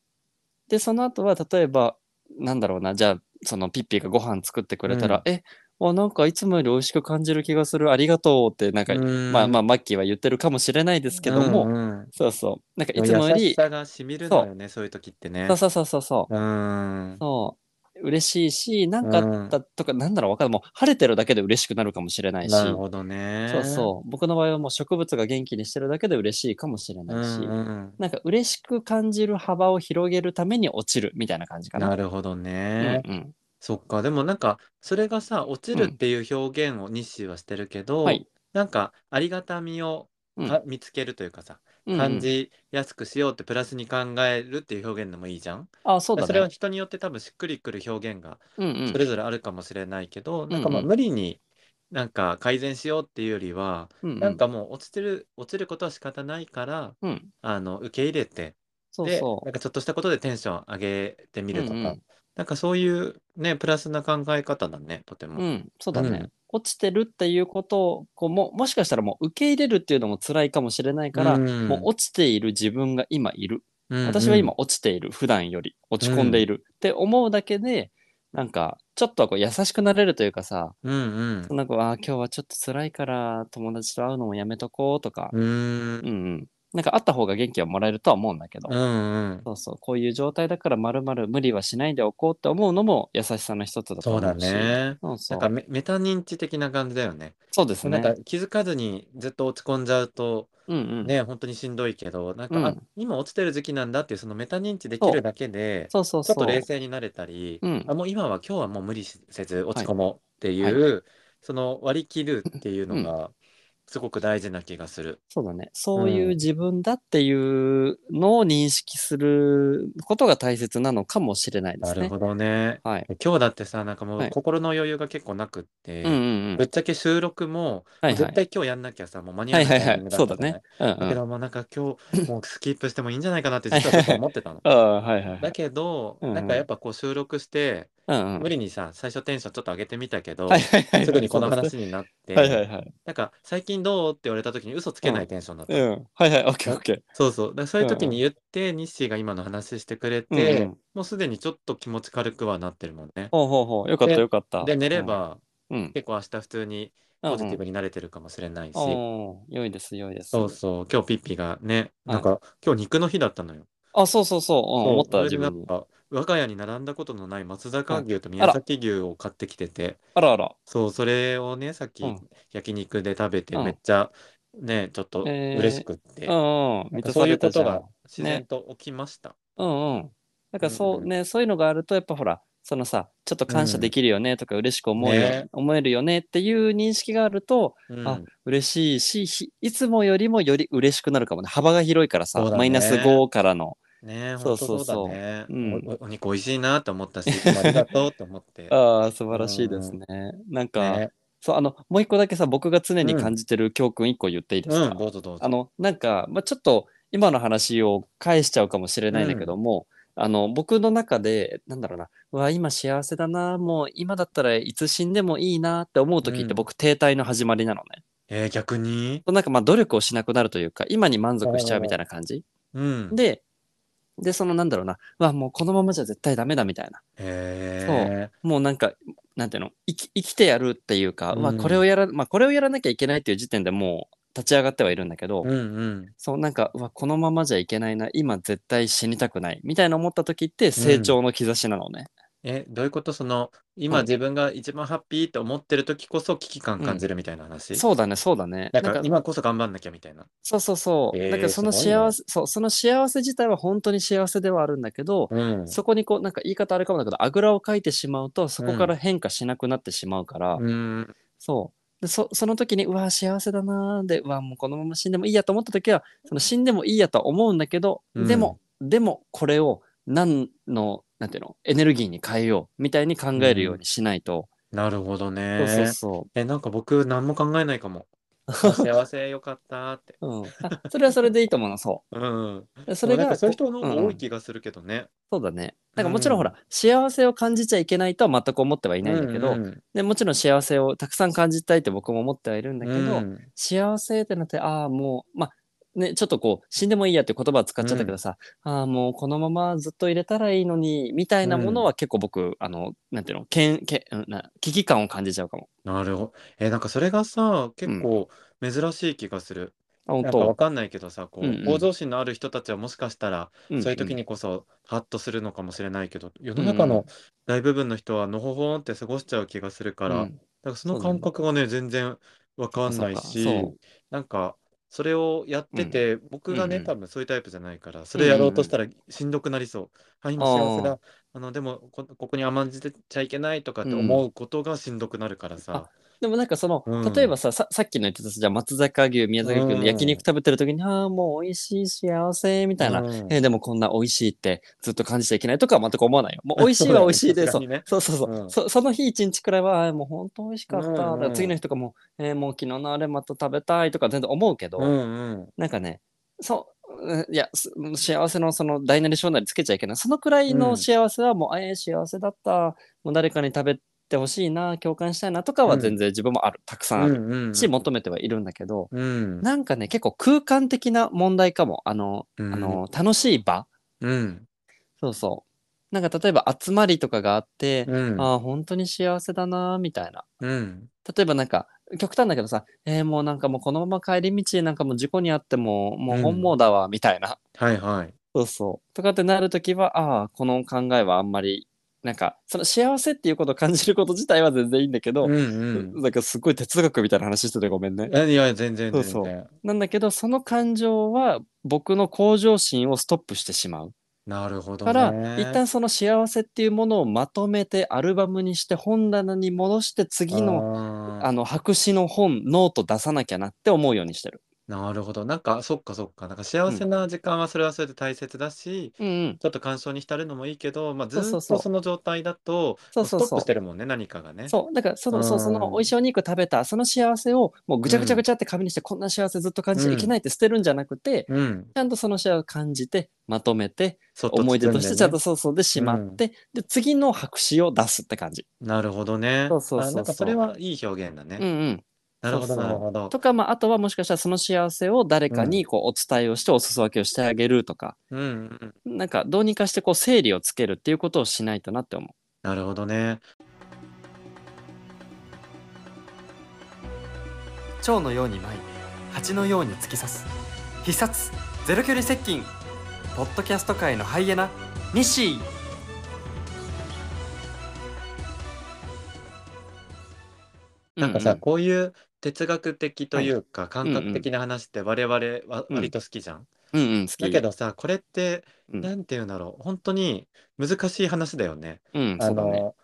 [SPEAKER 3] う。で、その後は例えば、なんだろうな、じゃあそのピッピーがご飯作ってくれたら、え、わなんかいつもより美味しく感じる気がする、ありがとうって、なんか、まあまあ、
[SPEAKER 4] あ
[SPEAKER 3] マッキーは言ってるかもしれないですけども、そうそう。なんかいつも
[SPEAKER 4] 優
[SPEAKER 3] より
[SPEAKER 4] し、さがしみるのよね、そういう時ってね。
[SPEAKER 3] そうそうそうそうそう
[SPEAKER 4] ーん
[SPEAKER 3] う。嬉しいし、なんかあったとか、なんだろうわかんない。もう晴れてるだけで嬉しくなるかもしれないし、
[SPEAKER 4] なるほどね。
[SPEAKER 3] そうそう。僕の場合はもう植物が元気にしてるだけで嬉しいかもしれ
[SPEAKER 4] うん
[SPEAKER 3] な
[SPEAKER 4] う
[SPEAKER 3] いし、
[SPEAKER 4] ん。
[SPEAKER 3] なんか嬉しく感じる幅を広げるために落ちるみたいな感じかな。
[SPEAKER 4] なるほどね。
[SPEAKER 3] うんうん。
[SPEAKER 4] そっか、でもなんか、それがさ、落ちるっていう表現を日誌はしてるけど、
[SPEAKER 3] はい
[SPEAKER 4] なんか、ありがたみを
[SPEAKER 3] うん
[SPEAKER 4] か見つけるというかさ、
[SPEAKER 3] うんうん
[SPEAKER 4] 感じやすくしようってプラスに考えるっていう表現でもいいじゃん。
[SPEAKER 3] あ、そうだね。
[SPEAKER 4] それは人によって多分しっくりくる表現が
[SPEAKER 3] うんうん
[SPEAKER 4] それぞれあるかもしれないけど、
[SPEAKER 3] ん
[SPEAKER 4] なんかまあ
[SPEAKER 3] うん
[SPEAKER 4] 無理になんか改善しようっていうよりは、
[SPEAKER 3] うんうん
[SPEAKER 4] なんかもう落ちてる落ちることは仕方ないから、
[SPEAKER 3] うん
[SPEAKER 4] あの受け入れて
[SPEAKER 3] そう
[SPEAKER 4] で
[SPEAKER 3] そ
[SPEAKER 4] なんかちょっとしたことでテンション上げてみるとか、
[SPEAKER 3] うんうん
[SPEAKER 4] なんかそういうねプラスな考え方だねとて
[SPEAKER 3] う。う
[SPEAKER 4] も。
[SPEAKER 3] ん、そうだね。
[SPEAKER 4] うん
[SPEAKER 3] 落ちてるっていうことをこうも、もしかしたらもう受け入れるっていうのも辛いかもしれないから、
[SPEAKER 4] うん
[SPEAKER 3] もう落ちている自分が今いる。
[SPEAKER 4] うんうん
[SPEAKER 3] 私は今落ちている。普段より落ち込んでいる。って思うだけで、なんかちょっとはこう優しくなれるというかさ、
[SPEAKER 4] うん
[SPEAKER 3] なんか、あー今日はちょっと辛いから友達と会うのもやめとこうとか、
[SPEAKER 4] うん。うーん。
[SPEAKER 3] うんうん。なんか会った方が元気はもらえるとは思うんだけど、
[SPEAKER 4] うんうん。
[SPEAKER 3] そうそう、こういう状態だからまるまる無理はしないでおこうって思うのも優しさの一つだと
[SPEAKER 4] そ
[SPEAKER 3] 思う
[SPEAKER 4] うだ
[SPEAKER 3] し。。
[SPEAKER 4] ね。
[SPEAKER 3] そうそ
[SPEAKER 4] なんか。
[SPEAKER 3] う
[SPEAKER 4] メメタ認知的な感じだよね。
[SPEAKER 3] そうです
[SPEAKER 4] な
[SPEAKER 3] ね
[SPEAKER 4] ん。か気づかずにずっと落ち込んじゃうと
[SPEAKER 3] うんうん。
[SPEAKER 4] ね、本当にしんどいけど、なんか、
[SPEAKER 3] うん
[SPEAKER 4] あ今落ちてる時期なんだっていうそのメタ認知できるだけで、
[SPEAKER 3] そうそう
[SPEAKER 4] ちょ
[SPEAKER 3] そ
[SPEAKER 4] っと
[SPEAKER 3] う。
[SPEAKER 4] 冷静になれたり、
[SPEAKER 3] うん
[SPEAKER 4] あもう今は今日はもう無理せず落ち込もうっていう、その割り切るっていうのがすごく大事な気がする。
[SPEAKER 3] そうだね。そういううん自分だっていうのを認識することが大切なのかもしれないで
[SPEAKER 4] な
[SPEAKER 3] す
[SPEAKER 4] る
[SPEAKER 3] ね。
[SPEAKER 4] ほどね。
[SPEAKER 3] はい。
[SPEAKER 4] 今日だってさ、なんかも
[SPEAKER 3] は
[SPEAKER 4] う
[SPEAKER 3] い
[SPEAKER 4] 心の余裕が結構なくって、
[SPEAKER 3] うんうんう
[SPEAKER 4] ぶっ
[SPEAKER 3] ん。
[SPEAKER 4] ちゃけ収録も、
[SPEAKER 3] はいは
[SPEAKER 4] 絶
[SPEAKER 3] い。
[SPEAKER 4] 対今日やんなきゃさ、もう間に合
[SPEAKER 3] は
[SPEAKER 4] わ
[SPEAKER 3] い
[SPEAKER 4] ないい
[SPEAKER 3] は
[SPEAKER 4] タ
[SPEAKER 3] は
[SPEAKER 4] イミング。
[SPEAKER 3] い
[SPEAKER 4] だ
[SPEAKER 3] そ
[SPEAKER 4] っ
[SPEAKER 3] う
[SPEAKER 4] た
[SPEAKER 3] だ
[SPEAKER 4] じゃない。
[SPEAKER 3] ね。うんう
[SPEAKER 4] だ
[SPEAKER 3] ん。
[SPEAKER 4] け
[SPEAKER 3] あ。
[SPEAKER 4] どもうなんか今日もうスキップしてもいいんじゃないかなって実はちょっと思ってたの
[SPEAKER 3] (laughs) あー、はいはい。
[SPEAKER 4] だけど、
[SPEAKER 3] うんうん
[SPEAKER 4] なんかやっぱこう収録して、
[SPEAKER 3] うんうん。
[SPEAKER 4] 無理にさ、最初テンションちょっと上げてみたけど、
[SPEAKER 3] はいはいはい。
[SPEAKER 4] すぐにこの
[SPEAKER 3] そうです
[SPEAKER 4] 話になって、
[SPEAKER 3] ね。はいはいはい。
[SPEAKER 4] なんか最近どうって言われた時に嘘つけないテンションだった。
[SPEAKER 3] うん。はいはい。オッケーオッケー。
[SPEAKER 4] そうそう。だからそういう時に言って、日誌が今の話してくれて、
[SPEAKER 3] うんうん
[SPEAKER 4] もうすでにちょっと気持ち軽くはなってるもんね。
[SPEAKER 3] ほうほうほう。よかった
[SPEAKER 4] で
[SPEAKER 3] よかった。
[SPEAKER 4] で、寝れば、
[SPEAKER 3] うん、うん。
[SPEAKER 4] 結構明日普通にポジティブになれてるかもしれないし、
[SPEAKER 3] おー良いです良いです。
[SPEAKER 4] そうそう、今日ピッピがね、
[SPEAKER 3] はい
[SPEAKER 4] なんか今日肉の日だったのよ。
[SPEAKER 3] あ、そうそうそう。うん、
[SPEAKER 4] そう
[SPEAKER 3] 思った
[SPEAKER 4] それで
[SPEAKER 3] 自
[SPEAKER 4] な
[SPEAKER 3] 分
[SPEAKER 4] ん
[SPEAKER 3] に。
[SPEAKER 4] か我が家に並んだことのない松坂牛と
[SPEAKER 3] あ
[SPEAKER 4] 宮
[SPEAKER 3] ら
[SPEAKER 4] 崎牛を買ってきてて、
[SPEAKER 3] あらあら。
[SPEAKER 4] そう、それをね、さっき
[SPEAKER 3] うん
[SPEAKER 4] 焼肉で食べて、
[SPEAKER 3] うん
[SPEAKER 4] めっちゃね、ちょっと
[SPEAKER 3] えー
[SPEAKER 4] 嬉しくって、
[SPEAKER 3] うんうん。
[SPEAKER 4] なん
[SPEAKER 3] 満
[SPEAKER 4] かそ
[SPEAKER 3] たさ
[SPEAKER 4] うい
[SPEAKER 3] れ
[SPEAKER 4] うこ
[SPEAKER 3] たじゃ
[SPEAKER 4] と
[SPEAKER 3] ん。
[SPEAKER 4] が自然と起きました。
[SPEAKER 3] うんうん。なんかそううんね、そういうのがあると、やっぱほら、そのさ、ちょっと感謝できるよねとか、嬉しく思うよ、
[SPEAKER 4] ね
[SPEAKER 3] 思えるよねっていう認識があると、
[SPEAKER 4] うん
[SPEAKER 3] あ嬉しいしひ、いつもよりもより嬉しくなるかもね。幅が広いからさ、
[SPEAKER 4] そうだね
[SPEAKER 3] マイナス5からの。
[SPEAKER 4] ねえ、
[SPEAKER 3] そ
[SPEAKER 4] ほ
[SPEAKER 3] うんそう
[SPEAKER 4] と
[SPEAKER 3] そう
[SPEAKER 4] そうだね。
[SPEAKER 3] うん
[SPEAKER 4] おおお肉美味しいなと思ったし、いつもありがとうと思って。
[SPEAKER 3] (laughs) ああ、素晴らしいですね。なんか、
[SPEAKER 4] ね
[SPEAKER 3] そう、あの、もう一個だけさ、僕が常に感じてる教訓一個言っていいですか、
[SPEAKER 4] うん、どうぞどうぞ。
[SPEAKER 3] あの、なんか、まあ、ちょっと今の話を返しちゃうかもしれないんだけども、あの、僕の中で、なんだろうな、うわ、今幸せだな、もう今だったらいつ死んでもいいなって思う時って
[SPEAKER 4] うん
[SPEAKER 3] 僕、停滞の始まりなのね。
[SPEAKER 4] えー、逆に
[SPEAKER 3] なんかまあ努力をしなくなるというか、今に満足しちゃうみたいな感じ。
[SPEAKER 4] うん。
[SPEAKER 3] で、で、そのなんだろうな、うわ、もうこのままじゃ絶対ダメだみたいな。
[SPEAKER 4] え
[SPEAKER 3] もうなんか、なんていうの、生き生きてやるっていうか、うわ
[SPEAKER 4] うん
[SPEAKER 3] これをやら、まあこれをやらなきゃいけないっていう時点でもう立ち上がってはいるんだけど、
[SPEAKER 4] ー、うんうん。
[SPEAKER 3] そうなんかうわこのままじゃいけないな今絶対死にたくないみたいな思った時って成長の兆しなのね、
[SPEAKER 4] え、どういうことその、今
[SPEAKER 3] うん
[SPEAKER 4] 自分が一番ハッピーと思ってる時こそ危機感感じるみたいな話、
[SPEAKER 3] そうだねそうだね
[SPEAKER 4] な
[SPEAKER 3] なんん
[SPEAKER 4] か
[SPEAKER 3] か
[SPEAKER 4] 今こそ頑張んなきゃみたいな。
[SPEAKER 3] そうそうそう、
[SPEAKER 4] えー
[SPEAKER 3] だからその
[SPEAKER 4] すご
[SPEAKER 3] 幸
[SPEAKER 4] いね
[SPEAKER 3] せ、そうその幸せ自体は本当に幸せではあるんだけど、
[SPEAKER 4] うん
[SPEAKER 3] そこにこうなんか言い方あれかもだけどあぐらをかいてしまうとそこから変化しなくなってしまうから、
[SPEAKER 4] うん。
[SPEAKER 3] そうでそその時にうわ幸せだなーでうわもうこのまま死んでもいいやと思った時はその死んでもいいやとは思うんだけど、
[SPEAKER 4] うん
[SPEAKER 3] でもでもこれを何のなんていうのエネルギーに変えようみたいに考えるようにしないと、
[SPEAKER 4] なるほどね。
[SPEAKER 3] そうそうそ
[SPEAKER 4] え、なんか僕何も考えないか
[SPEAKER 3] (laughs)
[SPEAKER 4] も。あ幸せよかったって。
[SPEAKER 3] う、うん、あそれはそれでいいと思うのそ
[SPEAKER 4] うん。
[SPEAKER 3] うでそれ
[SPEAKER 4] なん
[SPEAKER 3] が
[SPEAKER 4] かそういう人の
[SPEAKER 3] う
[SPEAKER 4] 方
[SPEAKER 3] ん
[SPEAKER 4] が
[SPEAKER 3] う
[SPEAKER 4] 多い
[SPEAKER 3] ん
[SPEAKER 4] 気がするけどね。
[SPEAKER 3] そうだねなんかもちろ
[SPEAKER 4] う
[SPEAKER 3] んほ
[SPEAKER 4] ん
[SPEAKER 3] ら、幸せを感じちゃいけないとは全く思ってはいないんだけど、
[SPEAKER 4] うんうん
[SPEAKER 3] でもちろん幸せをたくさん感じたいって僕も思ってはいるんだけど、
[SPEAKER 4] うん
[SPEAKER 3] 幸せってなってああもうまあねちょっとこう死んでもいいやって言葉を使っちゃったけどさ、ああもうこのままずっと入れたらいいのにみたいなものは結構僕、あのなんていうのけんけんな危機感を感じちゃうかも。
[SPEAKER 4] なるほど。え、なんかそれがさ、結構珍しい気がする。
[SPEAKER 3] あ本
[SPEAKER 4] なんか
[SPEAKER 3] 当
[SPEAKER 4] わかんないけどさ、こう、
[SPEAKER 3] うんうん
[SPEAKER 4] 向上心のある人たちはもしかしたら、
[SPEAKER 3] うんうん
[SPEAKER 4] そういう時にこそ、ハッとするのかもしれないけど、世の中の大部分の人は、のほほんって過ごしちゃう気がするから、
[SPEAKER 3] う
[SPEAKER 4] だ
[SPEAKER 3] ん
[SPEAKER 4] からその
[SPEAKER 3] そうだよね
[SPEAKER 4] 感覚がね、全然わかんないし
[SPEAKER 3] そっかそっかそう、
[SPEAKER 4] なんか、それをやってて、僕が
[SPEAKER 3] う
[SPEAKER 4] ね、
[SPEAKER 3] んうん
[SPEAKER 4] 多分そういうタイプじゃないから、それやろうとしたらしんどくなりそう。あ、今幸せ
[SPEAKER 3] あ
[SPEAKER 4] だ。あの、でもこ、ここに甘んじてちゃいけないとかって思うことがしんどくなるからさ。
[SPEAKER 3] でもなんかその、
[SPEAKER 4] うん
[SPEAKER 3] 例えばさささっきの言ってたじゃあ松坂牛宮崎牛
[SPEAKER 4] う
[SPEAKER 3] の
[SPEAKER 4] ん
[SPEAKER 3] 焼肉食べてる時に、ああもう美味しい幸せみたいな、
[SPEAKER 4] うん
[SPEAKER 3] えーでもこんな美味しいってずっと感じちゃいけないとかは全く思わないよ。もう美味しいは美味しいで、そ
[SPEAKER 4] そう
[SPEAKER 3] う
[SPEAKER 4] だね
[SPEAKER 3] そうそうそう、
[SPEAKER 4] うん
[SPEAKER 3] そその日一日くらいは、あーもう本当美味しかった。
[SPEAKER 4] うんうん
[SPEAKER 3] だから次の日とかも、えーもう昨日のあれまた食べたいとか全然思うけど、
[SPEAKER 4] うんうん。
[SPEAKER 3] なんかね、そう、うんいや、す幸せのその大なり小なりつけちゃいけない。そのくらいの幸せはもう、あえー幸せだった。もう誰かに食べてほしいな、共感したいなとかは全然自分もある。たくさんあ
[SPEAKER 4] う
[SPEAKER 3] る。
[SPEAKER 4] んうん。
[SPEAKER 3] し、求めてはいるんだけど、
[SPEAKER 4] うん。
[SPEAKER 3] なんかね、結構空間的な問題かも。あの、
[SPEAKER 4] うん
[SPEAKER 3] あの、楽しい場
[SPEAKER 4] うん。
[SPEAKER 3] そうそなんか例えば集まりとかがあって、
[SPEAKER 4] うん。
[SPEAKER 3] ああ、本当に幸せだな、みたいな。
[SPEAKER 4] うん。
[SPEAKER 3] 例えばなんか、極端だけどさ、えーもうなんかもうこのまま帰り道なんかもう事故にあっても、もう本望だわ、みたいな。
[SPEAKER 4] はいはい。
[SPEAKER 3] そうそう。とかってなるときは、ああ、この考えはあんまり、なんか、その幸せっていうことを感じること自体は全然いいんだけど
[SPEAKER 4] う、んうん。
[SPEAKER 3] なんかすごい哲学みたいな話しててごめんね。
[SPEAKER 4] いや、全然全
[SPEAKER 3] そうそう
[SPEAKER 4] 然。
[SPEAKER 3] なんだけど、その感情は僕の向上心をストップしてしまう。
[SPEAKER 4] なるほど
[SPEAKER 3] か
[SPEAKER 4] ね。
[SPEAKER 3] ら、一旦その幸せっていうものをまとめてアルバムにして本棚に戻して次の
[SPEAKER 4] の
[SPEAKER 3] あの白紙の本ノート出さなきゃなって思うようにしてる。
[SPEAKER 4] なるほど。なんか、そっかそっか。なんか幸せな時間はそれはそれで大切だし、
[SPEAKER 3] うんうん、
[SPEAKER 4] ちょっと感傷に浸るのもいいけど、まあ、ず
[SPEAKER 3] そう
[SPEAKER 4] っ
[SPEAKER 3] そう
[SPEAKER 4] と
[SPEAKER 3] そう
[SPEAKER 4] その状態だと、も
[SPEAKER 3] そう
[SPEAKER 4] うス
[SPEAKER 3] そ
[SPEAKER 4] ト
[SPEAKER 3] う
[SPEAKER 4] ッ
[SPEAKER 3] そう
[SPEAKER 4] プしてるもんね、何かがね。
[SPEAKER 3] そうだからその
[SPEAKER 4] う
[SPEAKER 3] そ
[SPEAKER 4] ん
[SPEAKER 3] うそのおいしいお肉食べたその幸せをもうぐちゃぐちゃぐちゃって紙にしてこんな幸せずっと感じちゃいけないって捨てるんじゃなくて、ち
[SPEAKER 4] うん。
[SPEAKER 3] ゃんとその幸せを感じてまとめて
[SPEAKER 4] そっと
[SPEAKER 3] 思い出としてちゃん
[SPEAKER 4] 包んでね
[SPEAKER 3] とそうそうでしまって、で次の白紙を出すって感じ。
[SPEAKER 4] なるほどね。
[SPEAKER 3] そうそうそうそう
[SPEAKER 4] あなんかそれはいい表現だ
[SPEAKER 3] うんう
[SPEAKER 4] ね。
[SPEAKER 3] ん、
[SPEAKER 4] なるほど、
[SPEAKER 3] そうそう
[SPEAKER 4] なるほど。
[SPEAKER 3] とか、まあ、あとはもしかしたらその幸せを誰かにこうお伝えをしてお裾分けをしてあげるとか、
[SPEAKER 4] うんうん。
[SPEAKER 3] なんかどうにかしてこう整理をつけるっていうことをしないとなって思う。
[SPEAKER 4] なるほどね。
[SPEAKER 1] 蝶のように舞い蜂のように突き刺す必殺ゼロ距離接近ポッドキャスト界のハイエナニッシー
[SPEAKER 4] なんかさ、
[SPEAKER 3] うう
[SPEAKER 4] こういう哲学的というか、感覚的な話って我々は
[SPEAKER 3] うん
[SPEAKER 4] 割と好きじゃん。
[SPEAKER 3] うんうん、好き
[SPEAKER 4] だけどさ、これって、
[SPEAKER 3] うん
[SPEAKER 4] なんて言うんだろう。本当に難しい話だよね。
[SPEAKER 3] うん、
[SPEAKER 4] あ
[SPEAKER 3] そうだね。
[SPEAKER 4] の、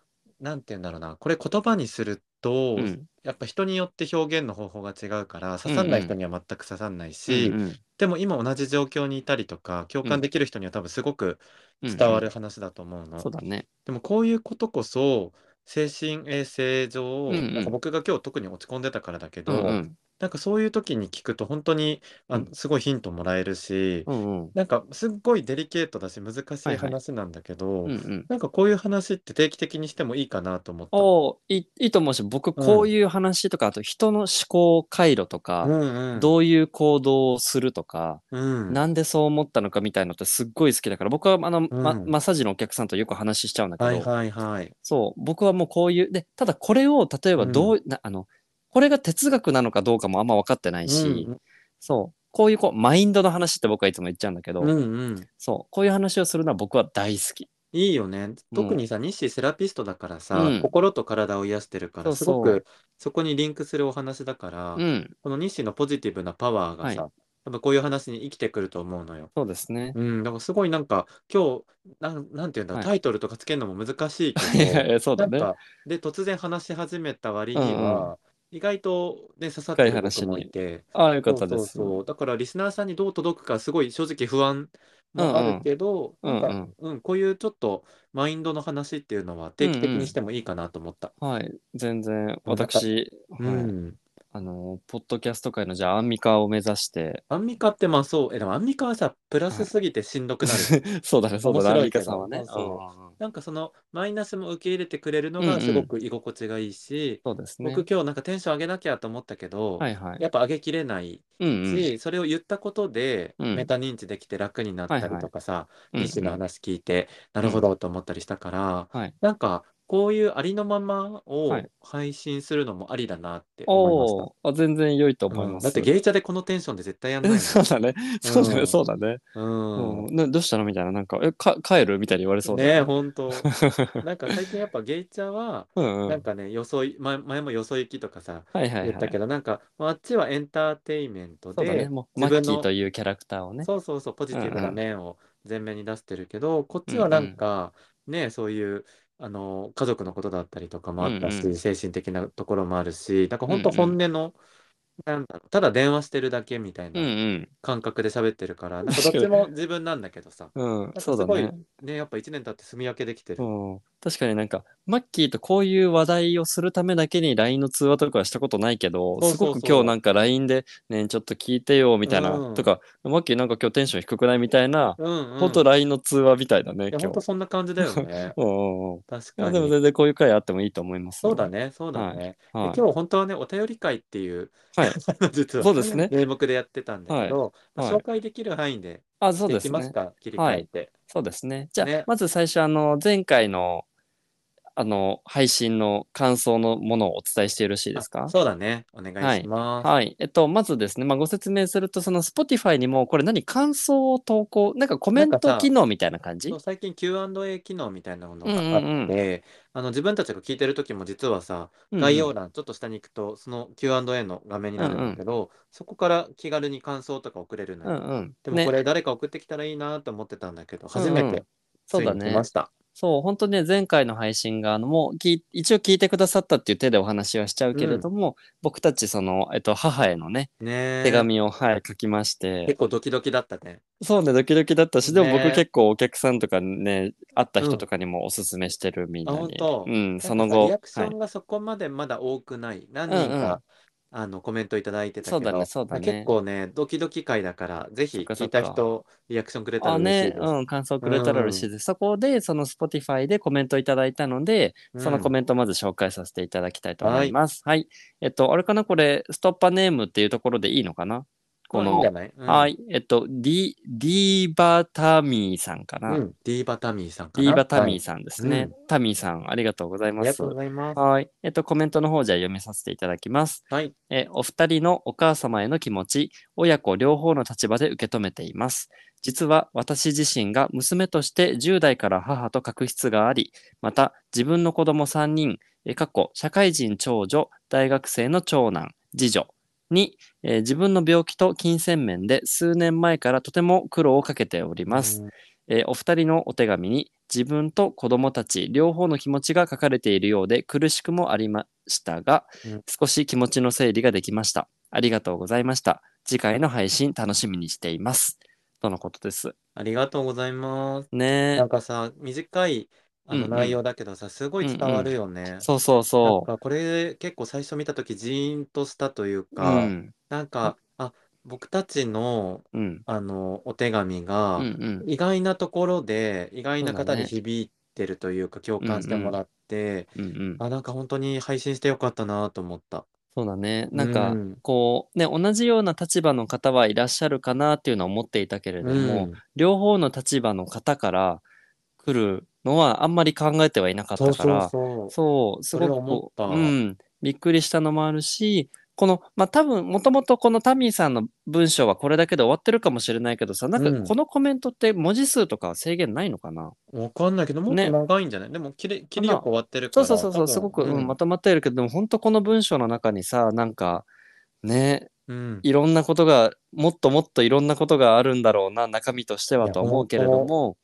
[SPEAKER 4] なんて言うんだろうな。これ言葉にすると、
[SPEAKER 3] うん
[SPEAKER 4] やっぱ人によって表現の方法が違うから、刺さんない人には全く刺さんないし、
[SPEAKER 3] うんうん
[SPEAKER 4] でも今同じ状況にいたりとか、共
[SPEAKER 3] う
[SPEAKER 4] 感
[SPEAKER 3] ん
[SPEAKER 4] できる人には多分すごく伝わる話だと思うの。
[SPEAKER 3] そうだね。
[SPEAKER 4] でもこういうことこそ、精神衛生上、
[SPEAKER 3] うんうん
[SPEAKER 4] なんか僕が今日特に落ち込んでたからだけ
[SPEAKER 3] うん
[SPEAKER 4] ど、
[SPEAKER 3] うん。
[SPEAKER 4] なんかそういう時に聞くと本当にあ
[SPEAKER 3] うん
[SPEAKER 4] すごいヒントもらえるし、
[SPEAKER 3] うんうん。
[SPEAKER 4] なんかすっごいデリケートだし難し
[SPEAKER 3] はいいはい
[SPEAKER 4] 話なんだけど、
[SPEAKER 3] うんうん。
[SPEAKER 4] なんかこういう話って定期的にしてもいいかなと思った。
[SPEAKER 3] おーいいいいと思うし、僕、こういう話とか、あと人の思考回路と
[SPEAKER 4] う
[SPEAKER 3] か、
[SPEAKER 4] んうん、
[SPEAKER 3] どういう行動をするとか、
[SPEAKER 4] うん、
[SPEAKER 3] なんでそう思ったのかみたいのってすっごい好きだから、僕はあの、ま
[SPEAKER 4] うん
[SPEAKER 3] マッサージのお客さんとよく話ししちゃうんだけど、
[SPEAKER 4] はいはいはい。
[SPEAKER 3] そう、僕はもうこういう、で、ただこれを例えばどう、なあの、これが哲学なのかどうかもあんま分かってないし、
[SPEAKER 4] うん
[SPEAKER 3] そう、こういうこう、マインドの話って僕はいつも言っちゃうんだけど、
[SPEAKER 4] うんうん。
[SPEAKER 3] そう、こういう話をするのは僕は大好き。
[SPEAKER 4] いいよね。特にさ、日誌セラピストだからさ、
[SPEAKER 3] うん
[SPEAKER 4] 心と体を癒してるから、
[SPEAKER 3] そう
[SPEAKER 4] す
[SPEAKER 3] そう
[SPEAKER 4] ごくそこにリンクするお話だから、
[SPEAKER 3] うん、
[SPEAKER 4] この日誌のポジティブなパワーがさ、多分こういう話に生きてくると思うのよ。
[SPEAKER 3] そうですね。
[SPEAKER 4] うん、だからすごいなんか、今日、なん、なんていうんだろう、
[SPEAKER 3] はい
[SPEAKER 4] タイトルとかつけるのも難しい
[SPEAKER 3] い
[SPEAKER 4] け
[SPEAKER 3] (laughs) やい
[SPEAKER 4] ど、
[SPEAKER 3] やそうだね。
[SPEAKER 4] なんか、で、突然話し始めた割に
[SPEAKER 3] うん
[SPEAKER 4] は、意外とね、刺さってる
[SPEAKER 3] し
[SPEAKER 4] 僕
[SPEAKER 3] っか
[SPEAKER 4] も
[SPEAKER 3] り話に
[SPEAKER 4] いて、
[SPEAKER 3] ああ、よか
[SPEAKER 4] そ
[SPEAKER 3] った
[SPEAKER 4] う
[SPEAKER 3] で
[SPEAKER 4] そう
[SPEAKER 3] す。
[SPEAKER 4] そう、だからリスナーさんにどう届くか、すごい正直不安もあるけど、
[SPEAKER 3] うんうん
[SPEAKER 4] な
[SPEAKER 3] うん
[SPEAKER 4] か、うん、こういうちょっとマインドの話っていうのは定期的にしてもいいかなと思った。
[SPEAKER 3] はい、全然、
[SPEAKER 4] うんなんか
[SPEAKER 3] 私、
[SPEAKER 4] う
[SPEAKER 3] はい、
[SPEAKER 4] ん。
[SPEAKER 3] あの、ポッドキャスト界のじゃあ、アンミカを目指
[SPEAKER 4] (laughs)
[SPEAKER 3] して、
[SPEAKER 4] アンミカってまあそう、え、でもアンミカはさ、プラスすぎてしんどくなる。
[SPEAKER 3] そうだね、そうだね、ア
[SPEAKER 4] 面
[SPEAKER 3] ン
[SPEAKER 4] 白い
[SPEAKER 3] ミ
[SPEAKER 4] け
[SPEAKER 3] カ
[SPEAKER 4] ど
[SPEAKER 3] さんはね。
[SPEAKER 4] そうそう
[SPEAKER 3] うんうんうん
[SPEAKER 4] なんかそのマイナスも受け入れてくれるの
[SPEAKER 3] うんう
[SPEAKER 4] が
[SPEAKER 3] ん
[SPEAKER 4] すごく居心地がいいし、
[SPEAKER 3] そうですね。
[SPEAKER 4] 僕今日なんかテンション上げなきゃと思ったけど、
[SPEAKER 3] はいはい。
[SPEAKER 4] やっぱ上げきれない
[SPEAKER 3] うんうん
[SPEAKER 4] し、それを言ったことで
[SPEAKER 3] うん
[SPEAKER 4] メタ認知できて楽になったりとかさ、
[SPEAKER 3] うん
[SPEAKER 4] 西の話聞いて、なるほどと思ったりしたから、
[SPEAKER 3] はい
[SPEAKER 4] なんかこういうありのままを
[SPEAKER 3] はい
[SPEAKER 4] 配信するのもありだなって思いまし
[SPEAKER 3] おーあ全然良いと
[SPEAKER 4] た。
[SPEAKER 3] 思い
[SPEAKER 4] うん
[SPEAKER 3] ます。
[SPEAKER 4] だってゲイチャでこのテンションで絶対やんない
[SPEAKER 3] (laughs) そ
[SPEAKER 4] も
[SPEAKER 3] うだね。そうだ
[SPEAKER 4] うん
[SPEAKER 3] ね。そうだね。
[SPEAKER 4] ん。
[SPEAKER 3] うんなどうしたのみたいな。なんか、え、か帰るみたいに言われそうだ
[SPEAKER 4] ねえ、ほ
[SPEAKER 3] (laughs)
[SPEAKER 4] んと。なんか最近やっぱゲイチャは、
[SPEAKER 3] うんうん。
[SPEAKER 4] なんかね、よそい、前前もよそ行きとかさ、
[SPEAKER 3] はいはい
[SPEAKER 4] 言っ
[SPEAKER 3] は
[SPEAKER 4] たけ
[SPEAKER 3] い。
[SPEAKER 4] ど、なんか、まああっちはエンターテインメント
[SPEAKER 3] そうだね。
[SPEAKER 4] で、
[SPEAKER 3] もう、マ
[SPEAKER 4] 自分の
[SPEAKER 3] ッキーというキャラクターをね。
[SPEAKER 4] そうそうそう、ポジティブ
[SPEAKER 3] うん
[SPEAKER 4] な
[SPEAKER 3] うん
[SPEAKER 4] 面を前面に出してるけど、こっちはなんか、ね、そういう、あの、家族のことだったりとかもあった
[SPEAKER 3] うんう
[SPEAKER 4] し、
[SPEAKER 3] ん
[SPEAKER 4] 精神的なところもあるし、なんか本当
[SPEAKER 3] うんう
[SPEAKER 4] 本音の、なんだろう、ただ電話してるだけみたい
[SPEAKER 3] うんう。
[SPEAKER 4] なん感覚で喋ってる
[SPEAKER 3] (laughs)
[SPEAKER 4] から、なんかど
[SPEAKER 3] 確
[SPEAKER 4] っ
[SPEAKER 3] かに
[SPEAKER 4] ちも自分なんだけどさ、
[SPEAKER 3] うん
[SPEAKER 4] な、んか
[SPEAKER 3] そう
[SPEAKER 4] す
[SPEAKER 3] だ
[SPEAKER 4] ごい
[SPEAKER 3] ね。、
[SPEAKER 4] ね、やっぱ一年経って住み分けできて
[SPEAKER 3] う
[SPEAKER 4] る。
[SPEAKER 3] ん、確かになんかマッキーとこういう話題をするためだけに LINE の通話とかはしたことないけ
[SPEAKER 4] そう
[SPEAKER 3] ど、
[SPEAKER 4] そう
[SPEAKER 3] す
[SPEAKER 4] そう
[SPEAKER 3] ごく今日なんか LINE で、ね、ちょっと聞いてよみたいな、
[SPEAKER 4] うん
[SPEAKER 3] とか、マッキーなんか今日テンション低くないみたいな、
[SPEAKER 4] うん、うん。
[SPEAKER 3] ほんと LINE の通話みたいだね、
[SPEAKER 4] いや、
[SPEAKER 3] 今
[SPEAKER 4] 本当
[SPEAKER 3] 日。。
[SPEAKER 4] そんな感じだよね
[SPEAKER 3] うんうんうん
[SPEAKER 4] 確
[SPEAKER 3] いや
[SPEAKER 4] か
[SPEAKER 3] でも
[SPEAKER 4] に。
[SPEAKER 3] 全然こういう回あってもいいと思います。
[SPEAKER 4] そうだね、そうだね。
[SPEAKER 3] はい。
[SPEAKER 4] で今日本当はね、お便り会っていう、
[SPEAKER 3] はい
[SPEAKER 4] (laughs) あの実は
[SPEAKER 3] そうですね
[SPEAKER 4] 名目でやってたんだけど、まあ
[SPEAKER 3] はい
[SPEAKER 4] 紹介できる範囲で
[SPEAKER 3] あ、そう
[SPEAKER 4] で
[SPEAKER 3] です
[SPEAKER 4] きます
[SPEAKER 3] ね。
[SPEAKER 4] か、切り替えて。
[SPEAKER 3] そうですね。じゃあ、
[SPEAKER 4] ね
[SPEAKER 3] まず最初、あの、前回の、あの、配信の感想のものをお伝えしてよろしいですか
[SPEAKER 4] あそうだね、お願いします。
[SPEAKER 3] はい。えっと、まずですね、まあ、ご説明すると、その Spotify にも、これ何感想を投稿、なんかコメン
[SPEAKER 4] なんか
[SPEAKER 3] ト
[SPEAKER 4] さ
[SPEAKER 3] 機能みたいな感じ
[SPEAKER 4] そう最近 Q&A 機能みたいなものが
[SPEAKER 3] うんう
[SPEAKER 4] あって、
[SPEAKER 3] んうん
[SPEAKER 4] あの自分たちが聞いてる時も実はさ、
[SPEAKER 3] うんうん
[SPEAKER 4] 概要欄ちょっと下に行くとその Q&A の画面になるんだけど、そこから気軽に感想とか送れるの
[SPEAKER 3] う
[SPEAKER 4] よ、
[SPEAKER 3] んうん。
[SPEAKER 4] でもこれ誰か送ってきたらいいなと思ってたんだけど、初め
[SPEAKER 3] うんうん
[SPEAKER 4] てつ
[SPEAKER 3] そう
[SPEAKER 4] い
[SPEAKER 3] だ
[SPEAKER 4] に来
[SPEAKER 3] ね
[SPEAKER 4] ま。した。
[SPEAKER 3] そう、本当ね、前回の配信が、あの、もう聞い、一応聞いてくださったっていう手でお話はしちゃうけれども、僕たち、その、えっと、母へのね、
[SPEAKER 4] ねえ
[SPEAKER 3] 手紙を、はい、書きまして、
[SPEAKER 4] 結構ドキドキだったね。
[SPEAKER 3] そうね、ドキドキだったし、でも
[SPEAKER 4] ね
[SPEAKER 3] 僕結構お客さんとかね、会った人とかにもおすすめしてるみんな
[SPEAKER 4] あ本
[SPEAKER 3] に。
[SPEAKER 4] 当
[SPEAKER 3] うん、そ
[SPEAKER 4] な
[SPEAKER 3] の
[SPEAKER 4] んかさ
[SPEAKER 3] 後。
[SPEAKER 4] リアクシ
[SPEAKER 3] は
[SPEAKER 4] ョ
[SPEAKER 3] い
[SPEAKER 4] ンがそこまでまだ多くない。何人か、
[SPEAKER 3] うんうん
[SPEAKER 4] あのコメントいただいてたけど、
[SPEAKER 3] そうだねそうだね
[SPEAKER 4] 結構ね、ドキドキ回だから、ぜひ
[SPEAKER 3] そっかそ
[SPEAKER 4] 聞
[SPEAKER 3] っ
[SPEAKER 4] いた
[SPEAKER 3] か
[SPEAKER 4] 人、リアクションくれたら
[SPEAKER 3] あ
[SPEAKER 4] 嬉しい
[SPEAKER 3] ね
[SPEAKER 4] で、す。
[SPEAKER 3] うん、感想くれたら嬉しいです。そこで、その Spotify でコメントいただいたので、そのコメントまず紹介させていただきたいと思います。はい。えっと、あれかなこれ、ストッパネームっていうところでいいのかなこ
[SPEAKER 4] まあいいん
[SPEAKER 3] の
[SPEAKER 4] じゃ、ない、うん
[SPEAKER 3] はい。えっと、ディ、ディーバタミーさんかな、
[SPEAKER 4] うん、ディーバタミーさんか
[SPEAKER 3] デ
[SPEAKER 4] な。
[SPEAKER 3] ィーバタミー
[SPEAKER 4] さ
[SPEAKER 3] さんですね。
[SPEAKER 4] うん
[SPEAKER 3] タミーさん、ありがとうござい
[SPEAKER 4] あ
[SPEAKER 3] ま
[SPEAKER 4] りが
[SPEAKER 3] す
[SPEAKER 4] とう。ございます。
[SPEAKER 3] はい。えっと、コメントの方じゃあ読みさせていただきます。
[SPEAKER 4] はい。
[SPEAKER 3] えーお二人のお母様への気持ち、親子両方の立場で受け止めています。実は私自身が娘として10代から母と確執があり、また自分の子供3人、えーかっこ社会人長女、大学生の長男、次女に、えー自分の病気と金銭面で数年前からとても苦労をかけております。
[SPEAKER 4] うん
[SPEAKER 3] えーお二人のお手紙に自分と子供たち両方の気持ちが書かれているようで苦しくもありましたが、
[SPEAKER 4] うん
[SPEAKER 3] 少し気持ちの整理ができました。ありがとうございました。次回の配信楽しみにしています。とのことです。
[SPEAKER 4] ありがとうございます。
[SPEAKER 3] ね
[SPEAKER 4] なんかさ、短いあ
[SPEAKER 3] うん
[SPEAKER 4] の
[SPEAKER 3] うん
[SPEAKER 4] 内容だけどさ、すごい伝わるよね。
[SPEAKER 3] え。そうそうそ
[SPEAKER 4] なんかこれ結構最初見た時ジーンとしたという
[SPEAKER 3] う。う
[SPEAKER 4] か、
[SPEAKER 3] ん。
[SPEAKER 4] なんかあ僕たちの
[SPEAKER 3] うん。
[SPEAKER 4] あのお手紙
[SPEAKER 3] う
[SPEAKER 4] が
[SPEAKER 3] んうん。
[SPEAKER 4] 意外なところで意外な
[SPEAKER 3] そうだ
[SPEAKER 4] 方
[SPEAKER 3] ね
[SPEAKER 4] に響いてるというか共感してもらって、
[SPEAKER 3] うんうん。
[SPEAKER 4] あなんか本当に配信してよかったなと思った。
[SPEAKER 3] そうだね。なんか、
[SPEAKER 4] うん
[SPEAKER 3] こう、ね、同じような立場の方はいらっしゃるかなっていうのは思っていたけれど
[SPEAKER 4] う
[SPEAKER 3] も、
[SPEAKER 4] ん
[SPEAKER 3] 両方の立場の方から来るのはあんまり考えてはいなかっ
[SPEAKER 4] そ
[SPEAKER 3] た
[SPEAKER 4] う
[SPEAKER 3] か
[SPEAKER 4] そう
[SPEAKER 3] ら、
[SPEAKER 4] そう。
[SPEAKER 3] そう、す
[SPEAKER 4] そ
[SPEAKER 3] ご
[SPEAKER 4] れは
[SPEAKER 3] く
[SPEAKER 4] 思
[SPEAKER 3] こう、
[SPEAKER 4] った
[SPEAKER 3] うん、びっくりしたのもあるし、この、まあ、多分、もともとこのタミーさんの文章はこれだけで終わってるかもしれないけどさ、なん
[SPEAKER 4] うん
[SPEAKER 3] かこのコメントって文字数とか制限ないのかな、
[SPEAKER 4] わかんないけど、もっと
[SPEAKER 3] ね
[SPEAKER 4] 長いんじゃないでも、きれ、切りよく終わってるか
[SPEAKER 3] そう
[SPEAKER 4] ら。
[SPEAKER 3] そうそ
[SPEAKER 4] 多
[SPEAKER 3] うそう、
[SPEAKER 4] 分
[SPEAKER 3] すごく、うん
[SPEAKER 4] うん
[SPEAKER 3] まとまってるけど、でも本当この文章の中にさ、なんか、ね、
[SPEAKER 4] うん
[SPEAKER 3] いろんなことが、もっともっといろんなことがあるんだろうな、中身としてはい
[SPEAKER 4] や
[SPEAKER 3] とは思うけれども、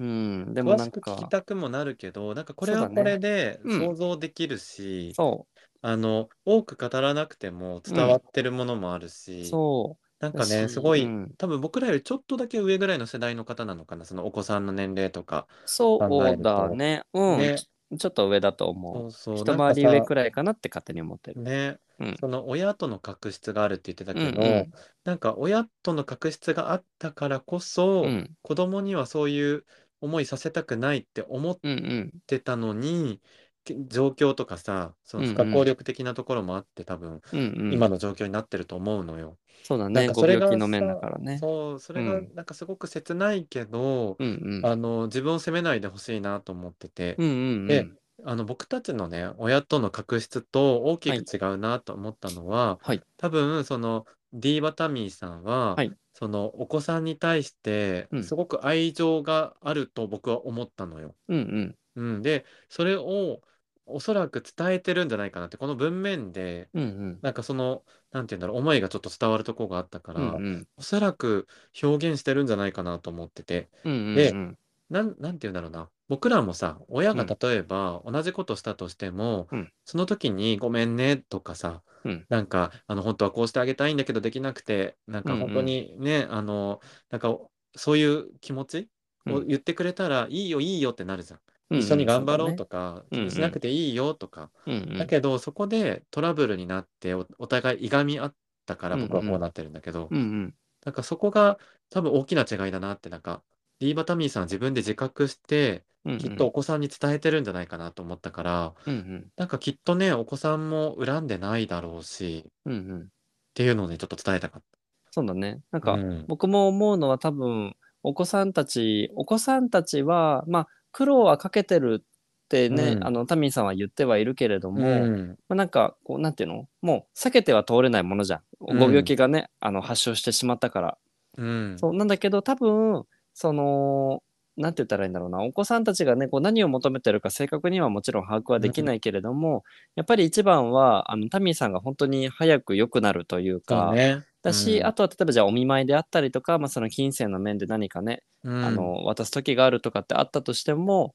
[SPEAKER 3] うん、でも
[SPEAKER 4] 詳
[SPEAKER 3] な
[SPEAKER 4] し
[SPEAKER 3] ん
[SPEAKER 4] く聞き
[SPEAKER 3] か、
[SPEAKER 4] たくもなるけど、なんかこれ
[SPEAKER 3] そう
[SPEAKER 4] は
[SPEAKER 3] だね
[SPEAKER 4] これで
[SPEAKER 3] うん
[SPEAKER 4] 想像できるし、
[SPEAKER 3] そ
[SPEAKER 4] あの、多く語らなくても伝わってるものもあるし、
[SPEAKER 3] う、そ
[SPEAKER 4] なん
[SPEAKER 3] う。
[SPEAKER 4] かね、
[SPEAKER 3] だし
[SPEAKER 4] すごい、
[SPEAKER 3] うん
[SPEAKER 4] 多分僕らよりちょっとだけ上ぐらいの世代の方なのかな、そのお子さんの年齢とか。
[SPEAKER 3] そうだね。うん、
[SPEAKER 4] ね、
[SPEAKER 3] ちょっと上だと思。
[SPEAKER 4] そううそう、
[SPEAKER 3] 一回り上く
[SPEAKER 4] ら
[SPEAKER 3] らいかなって勝手に思ってる。
[SPEAKER 4] ね、
[SPEAKER 3] うん
[SPEAKER 4] その親との確執があるって言ってたけど、
[SPEAKER 3] うんうん
[SPEAKER 4] なんか親との確執があったからこそ、
[SPEAKER 3] うん。
[SPEAKER 4] 子供にはそういう思いさせたくないって思っ
[SPEAKER 3] うんうん。
[SPEAKER 4] てたのに、け状況とかさ、その
[SPEAKER 3] うん
[SPEAKER 4] 不
[SPEAKER 3] うん
[SPEAKER 4] 可抗力的なところもあって、多分
[SPEAKER 3] うんうん。
[SPEAKER 4] 今の状況になってると思うのよ。
[SPEAKER 3] そうだ
[SPEAKER 4] なん
[SPEAKER 3] ね。
[SPEAKER 4] か
[SPEAKER 3] ご
[SPEAKER 4] それ
[SPEAKER 3] 病
[SPEAKER 4] が
[SPEAKER 3] 気の面だ
[SPEAKER 4] さ
[SPEAKER 3] からね。
[SPEAKER 4] そう、それが
[SPEAKER 3] うん
[SPEAKER 4] なんかすごく切ないけど、
[SPEAKER 3] うんうん。
[SPEAKER 4] あの自分を責めないでほしいなと思ってて、
[SPEAKER 3] うんうんう
[SPEAKER 4] で
[SPEAKER 3] ん。
[SPEAKER 4] あの僕たちのね親との確執と大きく違うなと思ったのは、
[SPEAKER 3] はい
[SPEAKER 4] 多分そのディーバタミーさんは、
[SPEAKER 3] はい
[SPEAKER 4] そのお子さんに対して
[SPEAKER 3] うん
[SPEAKER 4] すごく愛情があると僕は思ったのよ。
[SPEAKER 3] うんうん。
[SPEAKER 4] うん、でそれをおそらく伝えてるんじゃないかなってこの文面で
[SPEAKER 3] うんうん。
[SPEAKER 4] なんかそのなんて言うんだろう思いがちょっと伝わるとこがあったか
[SPEAKER 3] う
[SPEAKER 4] ら、
[SPEAKER 3] んうん。
[SPEAKER 4] おそらく表現してるんじゃないかなと思ってて。
[SPEAKER 3] うんうん
[SPEAKER 4] で
[SPEAKER 3] うん。
[SPEAKER 4] なん、なんて言うんだろうな。僕らもさ、親が
[SPEAKER 3] うん
[SPEAKER 4] 例えば同じことしたとしても、
[SPEAKER 3] うん
[SPEAKER 4] その時にごめんねとかさ、
[SPEAKER 3] うん
[SPEAKER 4] なんか、あの、本当はこうしてあげたいんだけどできなくて、なんか
[SPEAKER 3] うんうん
[SPEAKER 4] 本当にね、あの、なんかそういう気持ち
[SPEAKER 3] うん
[SPEAKER 4] を言ってくれたら、いいよいいよってなるじゃん。
[SPEAKER 3] うん
[SPEAKER 4] 一緒に頑張ろうとか、
[SPEAKER 3] うん
[SPEAKER 4] 気にしなくていいよとか、
[SPEAKER 3] うんうん
[SPEAKER 4] だけどそこでトラブルになっておお互いいがみ合ったから僕は
[SPEAKER 3] うんうん
[SPEAKER 4] こうなってるんだけど、
[SPEAKER 3] うんうん
[SPEAKER 4] なんかそこが多分大きな違いだなってなんかリーバタミーさんは自分で自覚して
[SPEAKER 3] うんうん
[SPEAKER 4] きっとお子さんに伝えてるんじゃないかなと思ったから、
[SPEAKER 3] うんうん
[SPEAKER 4] なんかきっとねお子さんも恨んでないだろうしっ
[SPEAKER 3] うんうん
[SPEAKER 4] ていうのをねちょっと伝えたかっ
[SPEAKER 3] そうだねなん
[SPEAKER 4] た。
[SPEAKER 3] か
[SPEAKER 4] うん
[SPEAKER 3] 僕も思うのは多分お子さんたちお子さんたちはまあ苦労はかけてるってね、
[SPEAKER 4] うん
[SPEAKER 3] あのタミンさんは言ってはいるけれども、
[SPEAKER 4] うん
[SPEAKER 3] まあ、なんかこうなんていうのもう避けては通れないものじゃん
[SPEAKER 4] ん
[SPEAKER 3] ご病気がね、あの発症してしまったから
[SPEAKER 4] うん
[SPEAKER 3] そうなんだけど多分そのなんて言ったらいいんだろうなお子さんたちがねこう何を求めてるか正確にはもちろん把握はできないけれども、やっぱり一番はあのタミーさんが本当に早く良くなるという
[SPEAKER 4] そ
[SPEAKER 3] か
[SPEAKER 4] うね。
[SPEAKER 3] だし、
[SPEAKER 4] うん
[SPEAKER 3] あとは例えばじゃあお見舞いであったりとか、まあ、その金銭の面で何かね、
[SPEAKER 4] うん
[SPEAKER 3] あの渡す時があるとかってあったとしても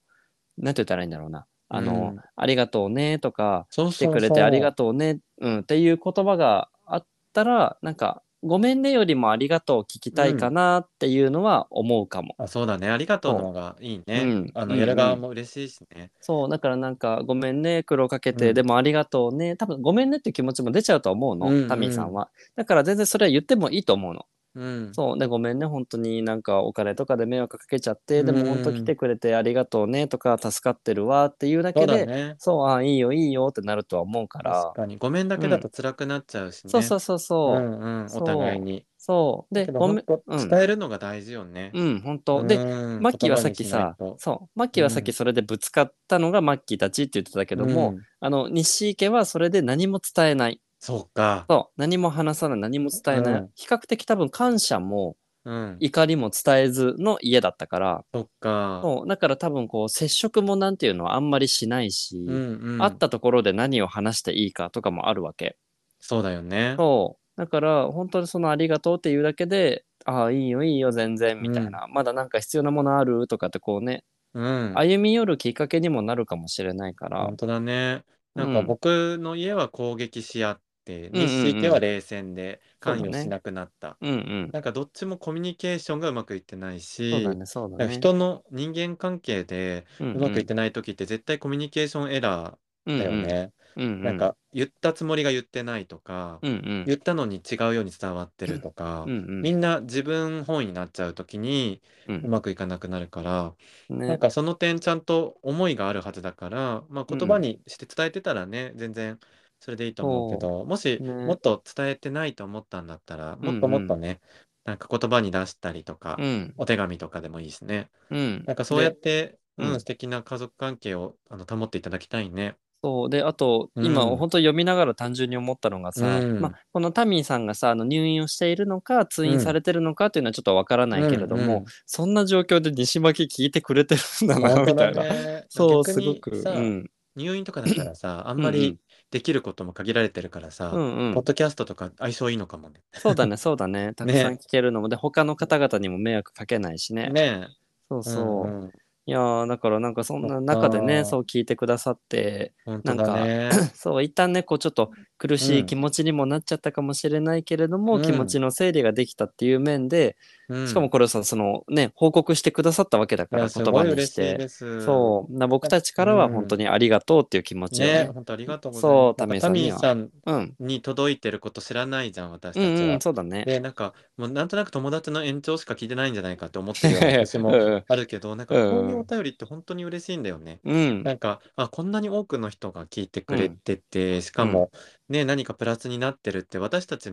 [SPEAKER 3] なんて言ったらいいんだろうなあの、
[SPEAKER 4] うん
[SPEAKER 3] ありがとうねとか
[SPEAKER 4] そう
[SPEAKER 3] 来
[SPEAKER 4] そ
[SPEAKER 3] て
[SPEAKER 4] うそう
[SPEAKER 3] くれてありがとうねうん、っていう言葉があったらなんかごめんねよりもありがとう聞きたいかなっていうのは思うかも、
[SPEAKER 4] あそうだね。ありがとうの方がいいね。
[SPEAKER 3] うん
[SPEAKER 4] あ
[SPEAKER 3] う
[SPEAKER 4] の、
[SPEAKER 3] ん
[SPEAKER 4] やる側も嬉しいしね。
[SPEAKER 3] そうだからなんかごめんね苦労かけて、
[SPEAKER 4] うん
[SPEAKER 3] でもありがとうね多分ごめんねっていう気持ちも出ちゃうと思うの、
[SPEAKER 4] うんうん
[SPEAKER 3] タミーさんはだから全然それは言ってもいいと思うの
[SPEAKER 4] うん。
[SPEAKER 3] そうでごめんね本当になんかお金とかで迷惑かけちゃってで
[SPEAKER 4] う
[SPEAKER 3] も
[SPEAKER 4] ん
[SPEAKER 3] 本当来てくれてありがとうねとか助かってるわっていうだ
[SPEAKER 4] そ
[SPEAKER 3] け
[SPEAKER 4] うだ
[SPEAKER 3] で
[SPEAKER 4] ね。
[SPEAKER 3] そうあいいよいいよってなるとは思うから
[SPEAKER 4] 確かに。ごめんだけだと辛くなっちゃうしね。
[SPEAKER 3] そうそうそうそう、
[SPEAKER 4] んうん。
[SPEAKER 3] そう
[SPEAKER 4] お互いに。
[SPEAKER 3] そうで
[SPEAKER 4] けど
[SPEAKER 3] ごめん
[SPEAKER 4] ほと
[SPEAKER 3] うん
[SPEAKER 4] 伝えるのが大事よね。
[SPEAKER 3] うん本当で
[SPEAKER 4] うん
[SPEAKER 3] マッキーはさっきさ
[SPEAKER 4] 言葉にしないと
[SPEAKER 3] そうマッキーはさっきそれでぶつかったのがマッキーたちって言ってたけども、
[SPEAKER 4] うん
[SPEAKER 3] あの西池はそれで何も伝えない
[SPEAKER 4] そうか。
[SPEAKER 3] そう何も話さない何も伝えない、
[SPEAKER 4] うん
[SPEAKER 3] 比較的多分感謝も
[SPEAKER 4] うん。
[SPEAKER 3] 怒りも伝えずの家だったから、
[SPEAKER 4] そっか。
[SPEAKER 3] そうだから多分こう接触もなんていうのはあんまりしないし、
[SPEAKER 4] うんうん。
[SPEAKER 3] 会ったところで何を話していいかとかもあるわけ。
[SPEAKER 4] そうだよね。
[SPEAKER 3] そうだから本当にその「ありがとう」っていうだけで「ああいいよいいよ全然」みたいな、まだなんか必要なものある?」とかってこうね
[SPEAKER 4] うん。
[SPEAKER 3] 歩み寄るきっかけにもなるかもしれないから
[SPEAKER 4] 本当だね。
[SPEAKER 3] うん
[SPEAKER 4] なんか僕の家は攻撃し合って、
[SPEAKER 3] うんうん
[SPEAKER 4] 日池は冷戦で関
[SPEAKER 3] そう
[SPEAKER 4] 与
[SPEAKER 3] だね
[SPEAKER 4] しなくなった。
[SPEAKER 3] うんうん
[SPEAKER 4] なんかどっちもコミュニケーションがうまくいってないし、
[SPEAKER 3] そうだねそうだ
[SPEAKER 4] なん
[SPEAKER 3] ね
[SPEAKER 4] か人の人間関係で
[SPEAKER 3] う
[SPEAKER 4] うまくいってない時って絶対コミュニケーションエラーだよね。
[SPEAKER 3] うんうん、
[SPEAKER 4] なんか言ったつもりが言ってないとか、
[SPEAKER 3] うんうん
[SPEAKER 4] 言ったのに違うように伝わってるとか、
[SPEAKER 3] うんうん
[SPEAKER 4] みんな自分本位になっちゃう時に
[SPEAKER 3] うん
[SPEAKER 4] うまくいかなくなるから、
[SPEAKER 3] ね
[SPEAKER 4] なんかその点ちゃんと思いがあるはずだから、まあ、
[SPEAKER 3] うん
[SPEAKER 4] 言葉にして伝えてたらね、全然それでいいと思うけどもし
[SPEAKER 3] ね
[SPEAKER 4] もっと伝えてないと思ったんだったら、もっともっとね、なんか言葉に出したりとか、
[SPEAKER 3] うん
[SPEAKER 4] お手紙とかでもいいしね
[SPEAKER 3] うん
[SPEAKER 4] なんかそうやっ
[SPEAKER 3] で
[SPEAKER 4] て、う
[SPEAKER 3] うん
[SPEAKER 4] ん、素敵な家族関係をあの保っていただきたい
[SPEAKER 3] (laughs)
[SPEAKER 4] ね。
[SPEAKER 3] そうであと今、
[SPEAKER 4] うん
[SPEAKER 3] 本当読みながら単純に思ったのがさ、
[SPEAKER 4] うん
[SPEAKER 3] まあ、このタミーさんがさあの入院をしているのか通院されてるのかっていうのはちょっとわからないけれども、そんな状況で西巻聞いてくれてるんだ
[SPEAKER 4] うんうん、
[SPEAKER 3] な
[SPEAKER 4] 本当
[SPEAKER 3] みた
[SPEAKER 4] だ
[SPEAKER 3] いな。
[SPEAKER 4] ね
[SPEAKER 3] そう
[SPEAKER 4] 逆
[SPEAKER 3] すご
[SPEAKER 4] に
[SPEAKER 3] く、う
[SPEAKER 4] さ、
[SPEAKER 3] ん、
[SPEAKER 4] 入院とかだったらさ、あんま
[SPEAKER 3] うんうん
[SPEAKER 4] りできることも限られてるからさ、
[SPEAKER 3] うんう
[SPEAKER 4] ポッ
[SPEAKER 3] ん
[SPEAKER 4] ドキャストとか相性いいのかもね。
[SPEAKER 3] そうだねそうだねたくさん聞けるのも、で他の方々にも迷惑かけないしね
[SPEAKER 4] ね
[SPEAKER 3] そう
[SPEAKER 4] え。
[SPEAKER 3] そう、
[SPEAKER 4] んん
[SPEAKER 3] いやーだからなんかそんな中で
[SPEAKER 4] そ
[SPEAKER 3] ね
[SPEAKER 4] っか
[SPEAKER 3] そう聞いてくださって (laughs)
[SPEAKER 4] 本当だね。
[SPEAKER 3] そう一旦ねこうちょっと苦し
[SPEAKER 4] う
[SPEAKER 3] い
[SPEAKER 4] ん
[SPEAKER 3] 気持ちにもなっちゃったかもしれないけれども、
[SPEAKER 4] うん
[SPEAKER 3] 気持ちの整理ができたっていう面で、
[SPEAKER 4] うん
[SPEAKER 3] しかもこれをさそのね報告してくださったわけだか
[SPEAKER 4] い
[SPEAKER 3] ら
[SPEAKER 4] やす
[SPEAKER 3] 言
[SPEAKER 4] ご
[SPEAKER 3] 葉
[SPEAKER 4] い
[SPEAKER 3] に
[SPEAKER 4] 嬉
[SPEAKER 3] し
[SPEAKER 4] しいで
[SPEAKER 3] て
[SPEAKER 4] す。
[SPEAKER 3] そうな僕たちからは
[SPEAKER 4] うん
[SPEAKER 3] 本当にありがとうっていう気持ちを
[SPEAKER 4] ね
[SPEAKER 3] ね、
[SPEAKER 4] 本当ありがとうござい
[SPEAKER 3] そう
[SPEAKER 4] ます。
[SPEAKER 3] タミー
[SPEAKER 4] な
[SPEAKER 3] さん
[SPEAKER 4] んか
[SPEAKER 3] に
[SPEAKER 4] タミーさ
[SPEAKER 3] は
[SPEAKER 4] ん
[SPEAKER 3] うん、
[SPEAKER 4] に届いてること知らないじゃん、私た
[SPEAKER 3] う
[SPEAKER 4] ち
[SPEAKER 3] んう
[SPEAKER 4] は
[SPEAKER 3] ん、。そうだね。
[SPEAKER 4] で、なんか、もうなんとなく友達の延長しか聞いてないんじゃないかって思ってるような私
[SPEAKER 3] うん
[SPEAKER 4] も
[SPEAKER 3] うん
[SPEAKER 4] あるけど、なんか
[SPEAKER 3] うんうん
[SPEAKER 4] こういうお便りって本当に嬉しいんだよね。
[SPEAKER 3] うん、
[SPEAKER 4] なんか、あ、こんなに多くの人が聞いてくれてて、しかも、ね、何かプラスになってるって、私たち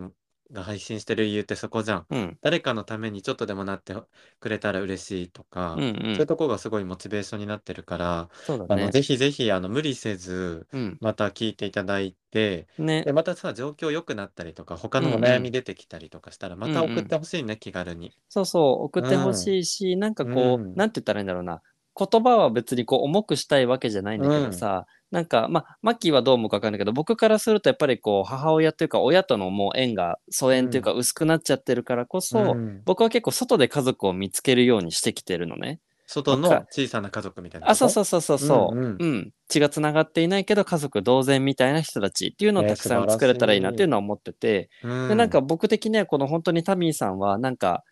[SPEAKER 4] が配信してる理由ってそこじゃん。
[SPEAKER 3] うん、
[SPEAKER 4] 誰かのためにちょっとでもなってくれたら嬉しいとか、
[SPEAKER 3] うん、う、
[SPEAKER 4] そういうんとこがすごいモチベーションになってるから、
[SPEAKER 3] そうだ
[SPEAKER 4] あの
[SPEAKER 3] ね。
[SPEAKER 4] ぜひぜひあの無理せず、
[SPEAKER 3] うん、
[SPEAKER 4] また聞いていただいて、
[SPEAKER 3] ね
[SPEAKER 4] で、またさ、状況良くなったりとか、他
[SPEAKER 3] うん
[SPEAKER 4] の
[SPEAKER 3] う
[SPEAKER 4] お
[SPEAKER 3] ん
[SPEAKER 4] 悩み出てきたりとかしたら、また
[SPEAKER 3] うんうん
[SPEAKER 4] 送ってほしいね、気軽に。
[SPEAKER 3] そうそう、送ってほしいし、なんかこ
[SPEAKER 4] う
[SPEAKER 3] う、
[SPEAKER 4] ん
[SPEAKER 3] なんて言ったらいいんだろうな。言葉は別にこう重くしたいわけじゃないんだけどさ、なんかまあマッキーはどう思うかわかんないけど僕からするとやっぱりこう母親というか親とのもう縁が疎遠というか薄くなっちゃってるからこそ、
[SPEAKER 4] ん
[SPEAKER 3] 僕は結構外で家族を見つけるようにしてきてるのね。
[SPEAKER 4] 外の
[SPEAKER 3] わか
[SPEAKER 4] 小さな家族みたいなこと。
[SPEAKER 3] あそうそうそうそうそう、
[SPEAKER 4] うん
[SPEAKER 3] う
[SPEAKER 4] うんん
[SPEAKER 3] 血がつながっていないけど家族同然みたいな人たちっていうのを
[SPEAKER 4] ね
[SPEAKER 3] たくさ
[SPEAKER 4] 素晴
[SPEAKER 3] ん
[SPEAKER 4] らしい
[SPEAKER 3] 作れたらいいなっていうのは思ってて、
[SPEAKER 4] うん。
[SPEAKER 3] でなんか僕的にはこの本当にタミーさんはなんか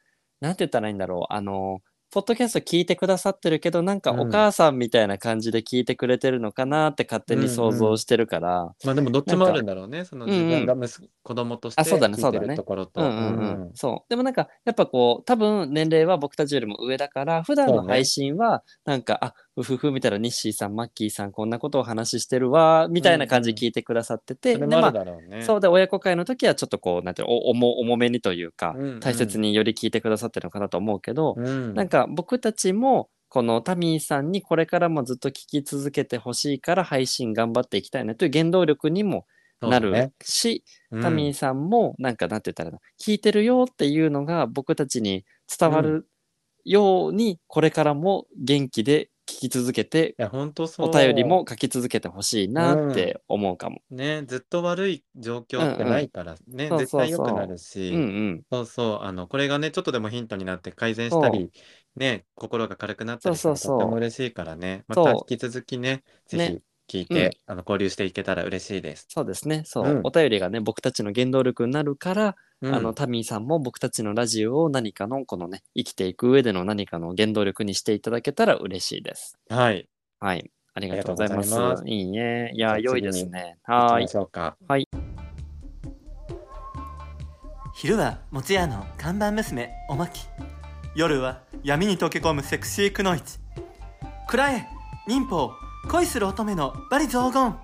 [SPEAKER 3] なんて言ったらいいんだろうあのポッドキャスト聞いてくださってるけど、なんか
[SPEAKER 4] うん
[SPEAKER 3] お母さんみたいな感じで聞いてくれてるのかなって勝手に想像してるから、
[SPEAKER 4] まあでもどっちもあるんだろうね。その
[SPEAKER 3] うんう
[SPEAKER 4] 自
[SPEAKER 3] ん
[SPEAKER 4] 分が息子子供として
[SPEAKER 3] あそうだね
[SPEAKER 4] 聞い
[SPEAKER 3] そ
[SPEAKER 4] て
[SPEAKER 3] うだ
[SPEAKER 4] る
[SPEAKER 3] ね
[SPEAKER 4] ところと。
[SPEAKER 3] うんうんうん
[SPEAKER 4] うん
[SPEAKER 3] そうでもなんかやっぱこう多分年齢は僕たちよりも上だから普段
[SPEAKER 4] そう
[SPEAKER 3] の
[SPEAKER 4] ね
[SPEAKER 3] 配信はなんか、あうふふみたいなニッシーさんマッキーさんこんなことをお話ししてるわみたいな感じで聞いてくださってて、
[SPEAKER 4] それ
[SPEAKER 3] で
[SPEAKER 4] も
[SPEAKER 3] ま
[SPEAKER 4] あ
[SPEAKER 3] あ
[SPEAKER 4] るだろうね。
[SPEAKER 3] そうで親子会の時はちょっとこうなんていうのお重重めにというか、
[SPEAKER 4] うんうん
[SPEAKER 3] 大切により聞いてくださってるのかなと思うけど、
[SPEAKER 4] うん
[SPEAKER 3] なんか僕たちもこのタミーさんにこれからもずっと聞き続けてほしいから配信頑張っていきたいなという原動力にも
[SPEAKER 4] そ
[SPEAKER 3] な
[SPEAKER 4] うだね
[SPEAKER 3] るし、
[SPEAKER 4] うん
[SPEAKER 3] タミーさんもなんかなんて言ったらいいの聞いてるよっていうのが僕たちに伝わるようにこれからも元気で聞き続けて
[SPEAKER 4] いや本当そう
[SPEAKER 3] お便りも書き続けてほしいなって思うかも。
[SPEAKER 4] ねずっと悪い状況ってないからね、
[SPEAKER 3] うんうん
[SPEAKER 4] 絶対良
[SPEAKER 3] そうそうそう
[SPEAKER 4] くなる
[SPEAKER 3] う
[SPEAKER 4] し、
[SPEAKER 3] んうん。
[SPEAKER 4] そうそうあのこれがねちょっとでもヒントになって改善したりね心が軽くなったりしたら
[SPEAKER 3] そ
[SPEAKER 4] と
[SPEAKER 3] うそうそう
[SPEAKER 4] ても嬉しいからねま
[SPEAKER 3] そう
[SPEAKER 4] た引き続きねぜ
[SPEAKER 3] ね
[SPEAKER 4] ひ聞いて、あの交流していけたら嬉しいです。
[SPEAKER 3] そうですね。そう。
[SPEAKER 4] うん
[SPEAKER 3] お便りがね、僕たちの原動力になるから、
[SPEAKER 4] うん
[SPEAKER 3] あの、タミーさんも僕たちのラジオを何かの、このね、生きていく上での何かの原動力にしていただけたら嬉しいです。
[SPEAKER 4] はい
[SPEAKER 3] はい。ありがとうございま
[SPEAKER 4] ありが
[SPEAKER 3] す。
[SPEAKER 4] とうございま
[SPEAKER 3] いいね。い
[SPEAKER 4] じゃあ
[SPEAKER 3] や、良
[SPEAKER 4] 次
[SPEAKER 3] いで
[SPEAKER 4] に
[SPEAKER 3] すね。
[SPEAKER 4] 行
[SPEAKER 3] は
[SPEAKER 4] き
[SPEAKER 3] ー
[SPEAKER 4] ま
[SPEAKER 3] い。
[SPEAKER 4] しょうか。
[SPEAKER 2] 昼は餅屋の看板娘おまき夜は闇に溶け込むセクシーくノイチ暗え忍法恋する乙女のバリ雑言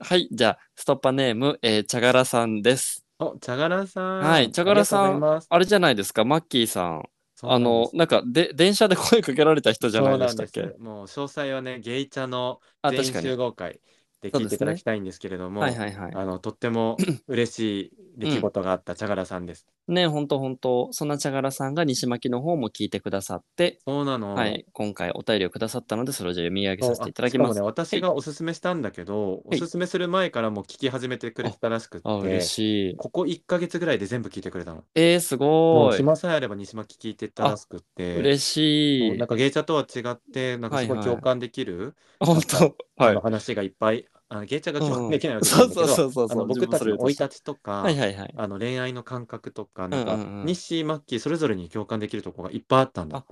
[SPEAKER 3] はい。じゃあ、ストッパネーム、えー、チャガラさんです。
[SPEAKER 4] お茶柄さん。
[SPEAKER 3] はい茶柄さん
[SPEAKER 4] ありがとうございます
[SPEAKER 3] あれじゃないですか、マッキーさん。
[SPEAKER 4] そう
[SPEAKER 3] あ
[SPEAKER 4] なんで
[SPEAKER 3] の
[SPEAKER 4] す、
[SPEAKER 3] なんか、で、電車で (laughs) 声かけられた人じゃないでしたっ
[SPEAKER 4] そう
[SPEAKER 3] け
[SPEAKER 4] なんですもう詳細はね、ゲイチャの
[SPEAKER 3] あ、
[SPEAKER 4] 全員
[SPEAKER 3] 確か
[SPEAKER 4] 集
[SPEAKER 3] に。
[SPEAKER 4] 合会で
[SPEAKER 3] そう
[SPEAKER 4] 聞い
[SPEAKER 3] です
[SPEAKER 4] て
[SPEAKER 3] ね
[SPEAKER 4] いただきたいんですけれども、
[SPEAKER 3] はいはいはい。
[SPEAKER 4] あのとっても嬉しい出来事があった茶柄さんです。
[SPEAKER 3] ね、ほんとほんと、そんなチャガラさんが西巻の方も聞いてくださって、
[SPEAKER 4] そうなの。
[SPEAKER 3] はい、今回お便りをくださったので、それをじゃあ読み上げ
[SPEAKER 4] そう
[SPEAKER 3] させていただきま
[SPEAKER 4] あし
[SPEAKER 3] す。
[SPEAKER 4] かもね、私がおすすめしたんだけど、
[SPEAKER 3] はい
[SPEAKER 4] おすすめする前からもう聞き始めてくれてたらしく
[SPEAKER 3] あ、
[SPEAKER 4] て
[SPEAKER 3] 嬉、しい。
[SPEAKER 4] ここ1ヶ月ぐらいで全部聞いてくれたの。
[SPEAKER 3] えー、
[SPEAKER 4] も
[SPEAKER 3] すご
[SPEAKER 4] う
[SPEAKER 3] い。
[SPEAKER 4] 暇さえあれば西巻聞いてたらしくて、
[SPEAKER 3] 嬉し
[SPEAKER 4] そう
[SPEAKER 3] い
[SPEAKER 4] なん。かゲイチャとは違って、なんかすごい
[SPEAKER 3] はいはい
[SPEAKER 4] 共感できる、
[SPEAKER 3] 本当は
[SPEAKER 4] あ
[SPEAKER 3] い
[SPEAKER 4] の。話がいっぱい、あのゲイチャが共感できないわけじゃ
[SPEAKER 3] そ
[SPEAKER 4] な
[SPEAKER 3] う
[SPEAKER 4] いんだ
[SPEAKER 3] そ
[SPEAKER 4] け
[SPEAKER 3] う
[SPEAKER 4] ど
[SPEAKER 3] そ、うそう
[SPEAKER 4] あ
[SPEAKER 3] そ
[SPEAKER 4] の
[SPEAKER 3] う。
[SPEAKER 4] 僕たちの生い立ちとか、
[SPEAKER 3] はいはいはい。
[SPEAKER 4] あの恋愛の感覚とか、
[SPEAKER 3] ん
[SPEAKER 4] なんか、
[SPEAKER 3] うんうん
[SPEAKER 4] 日誌マッキーそれぞれに共感できるところがいっぱいあったんだ
[SPEAKER 3] あ
[SPEAKER 4] って。、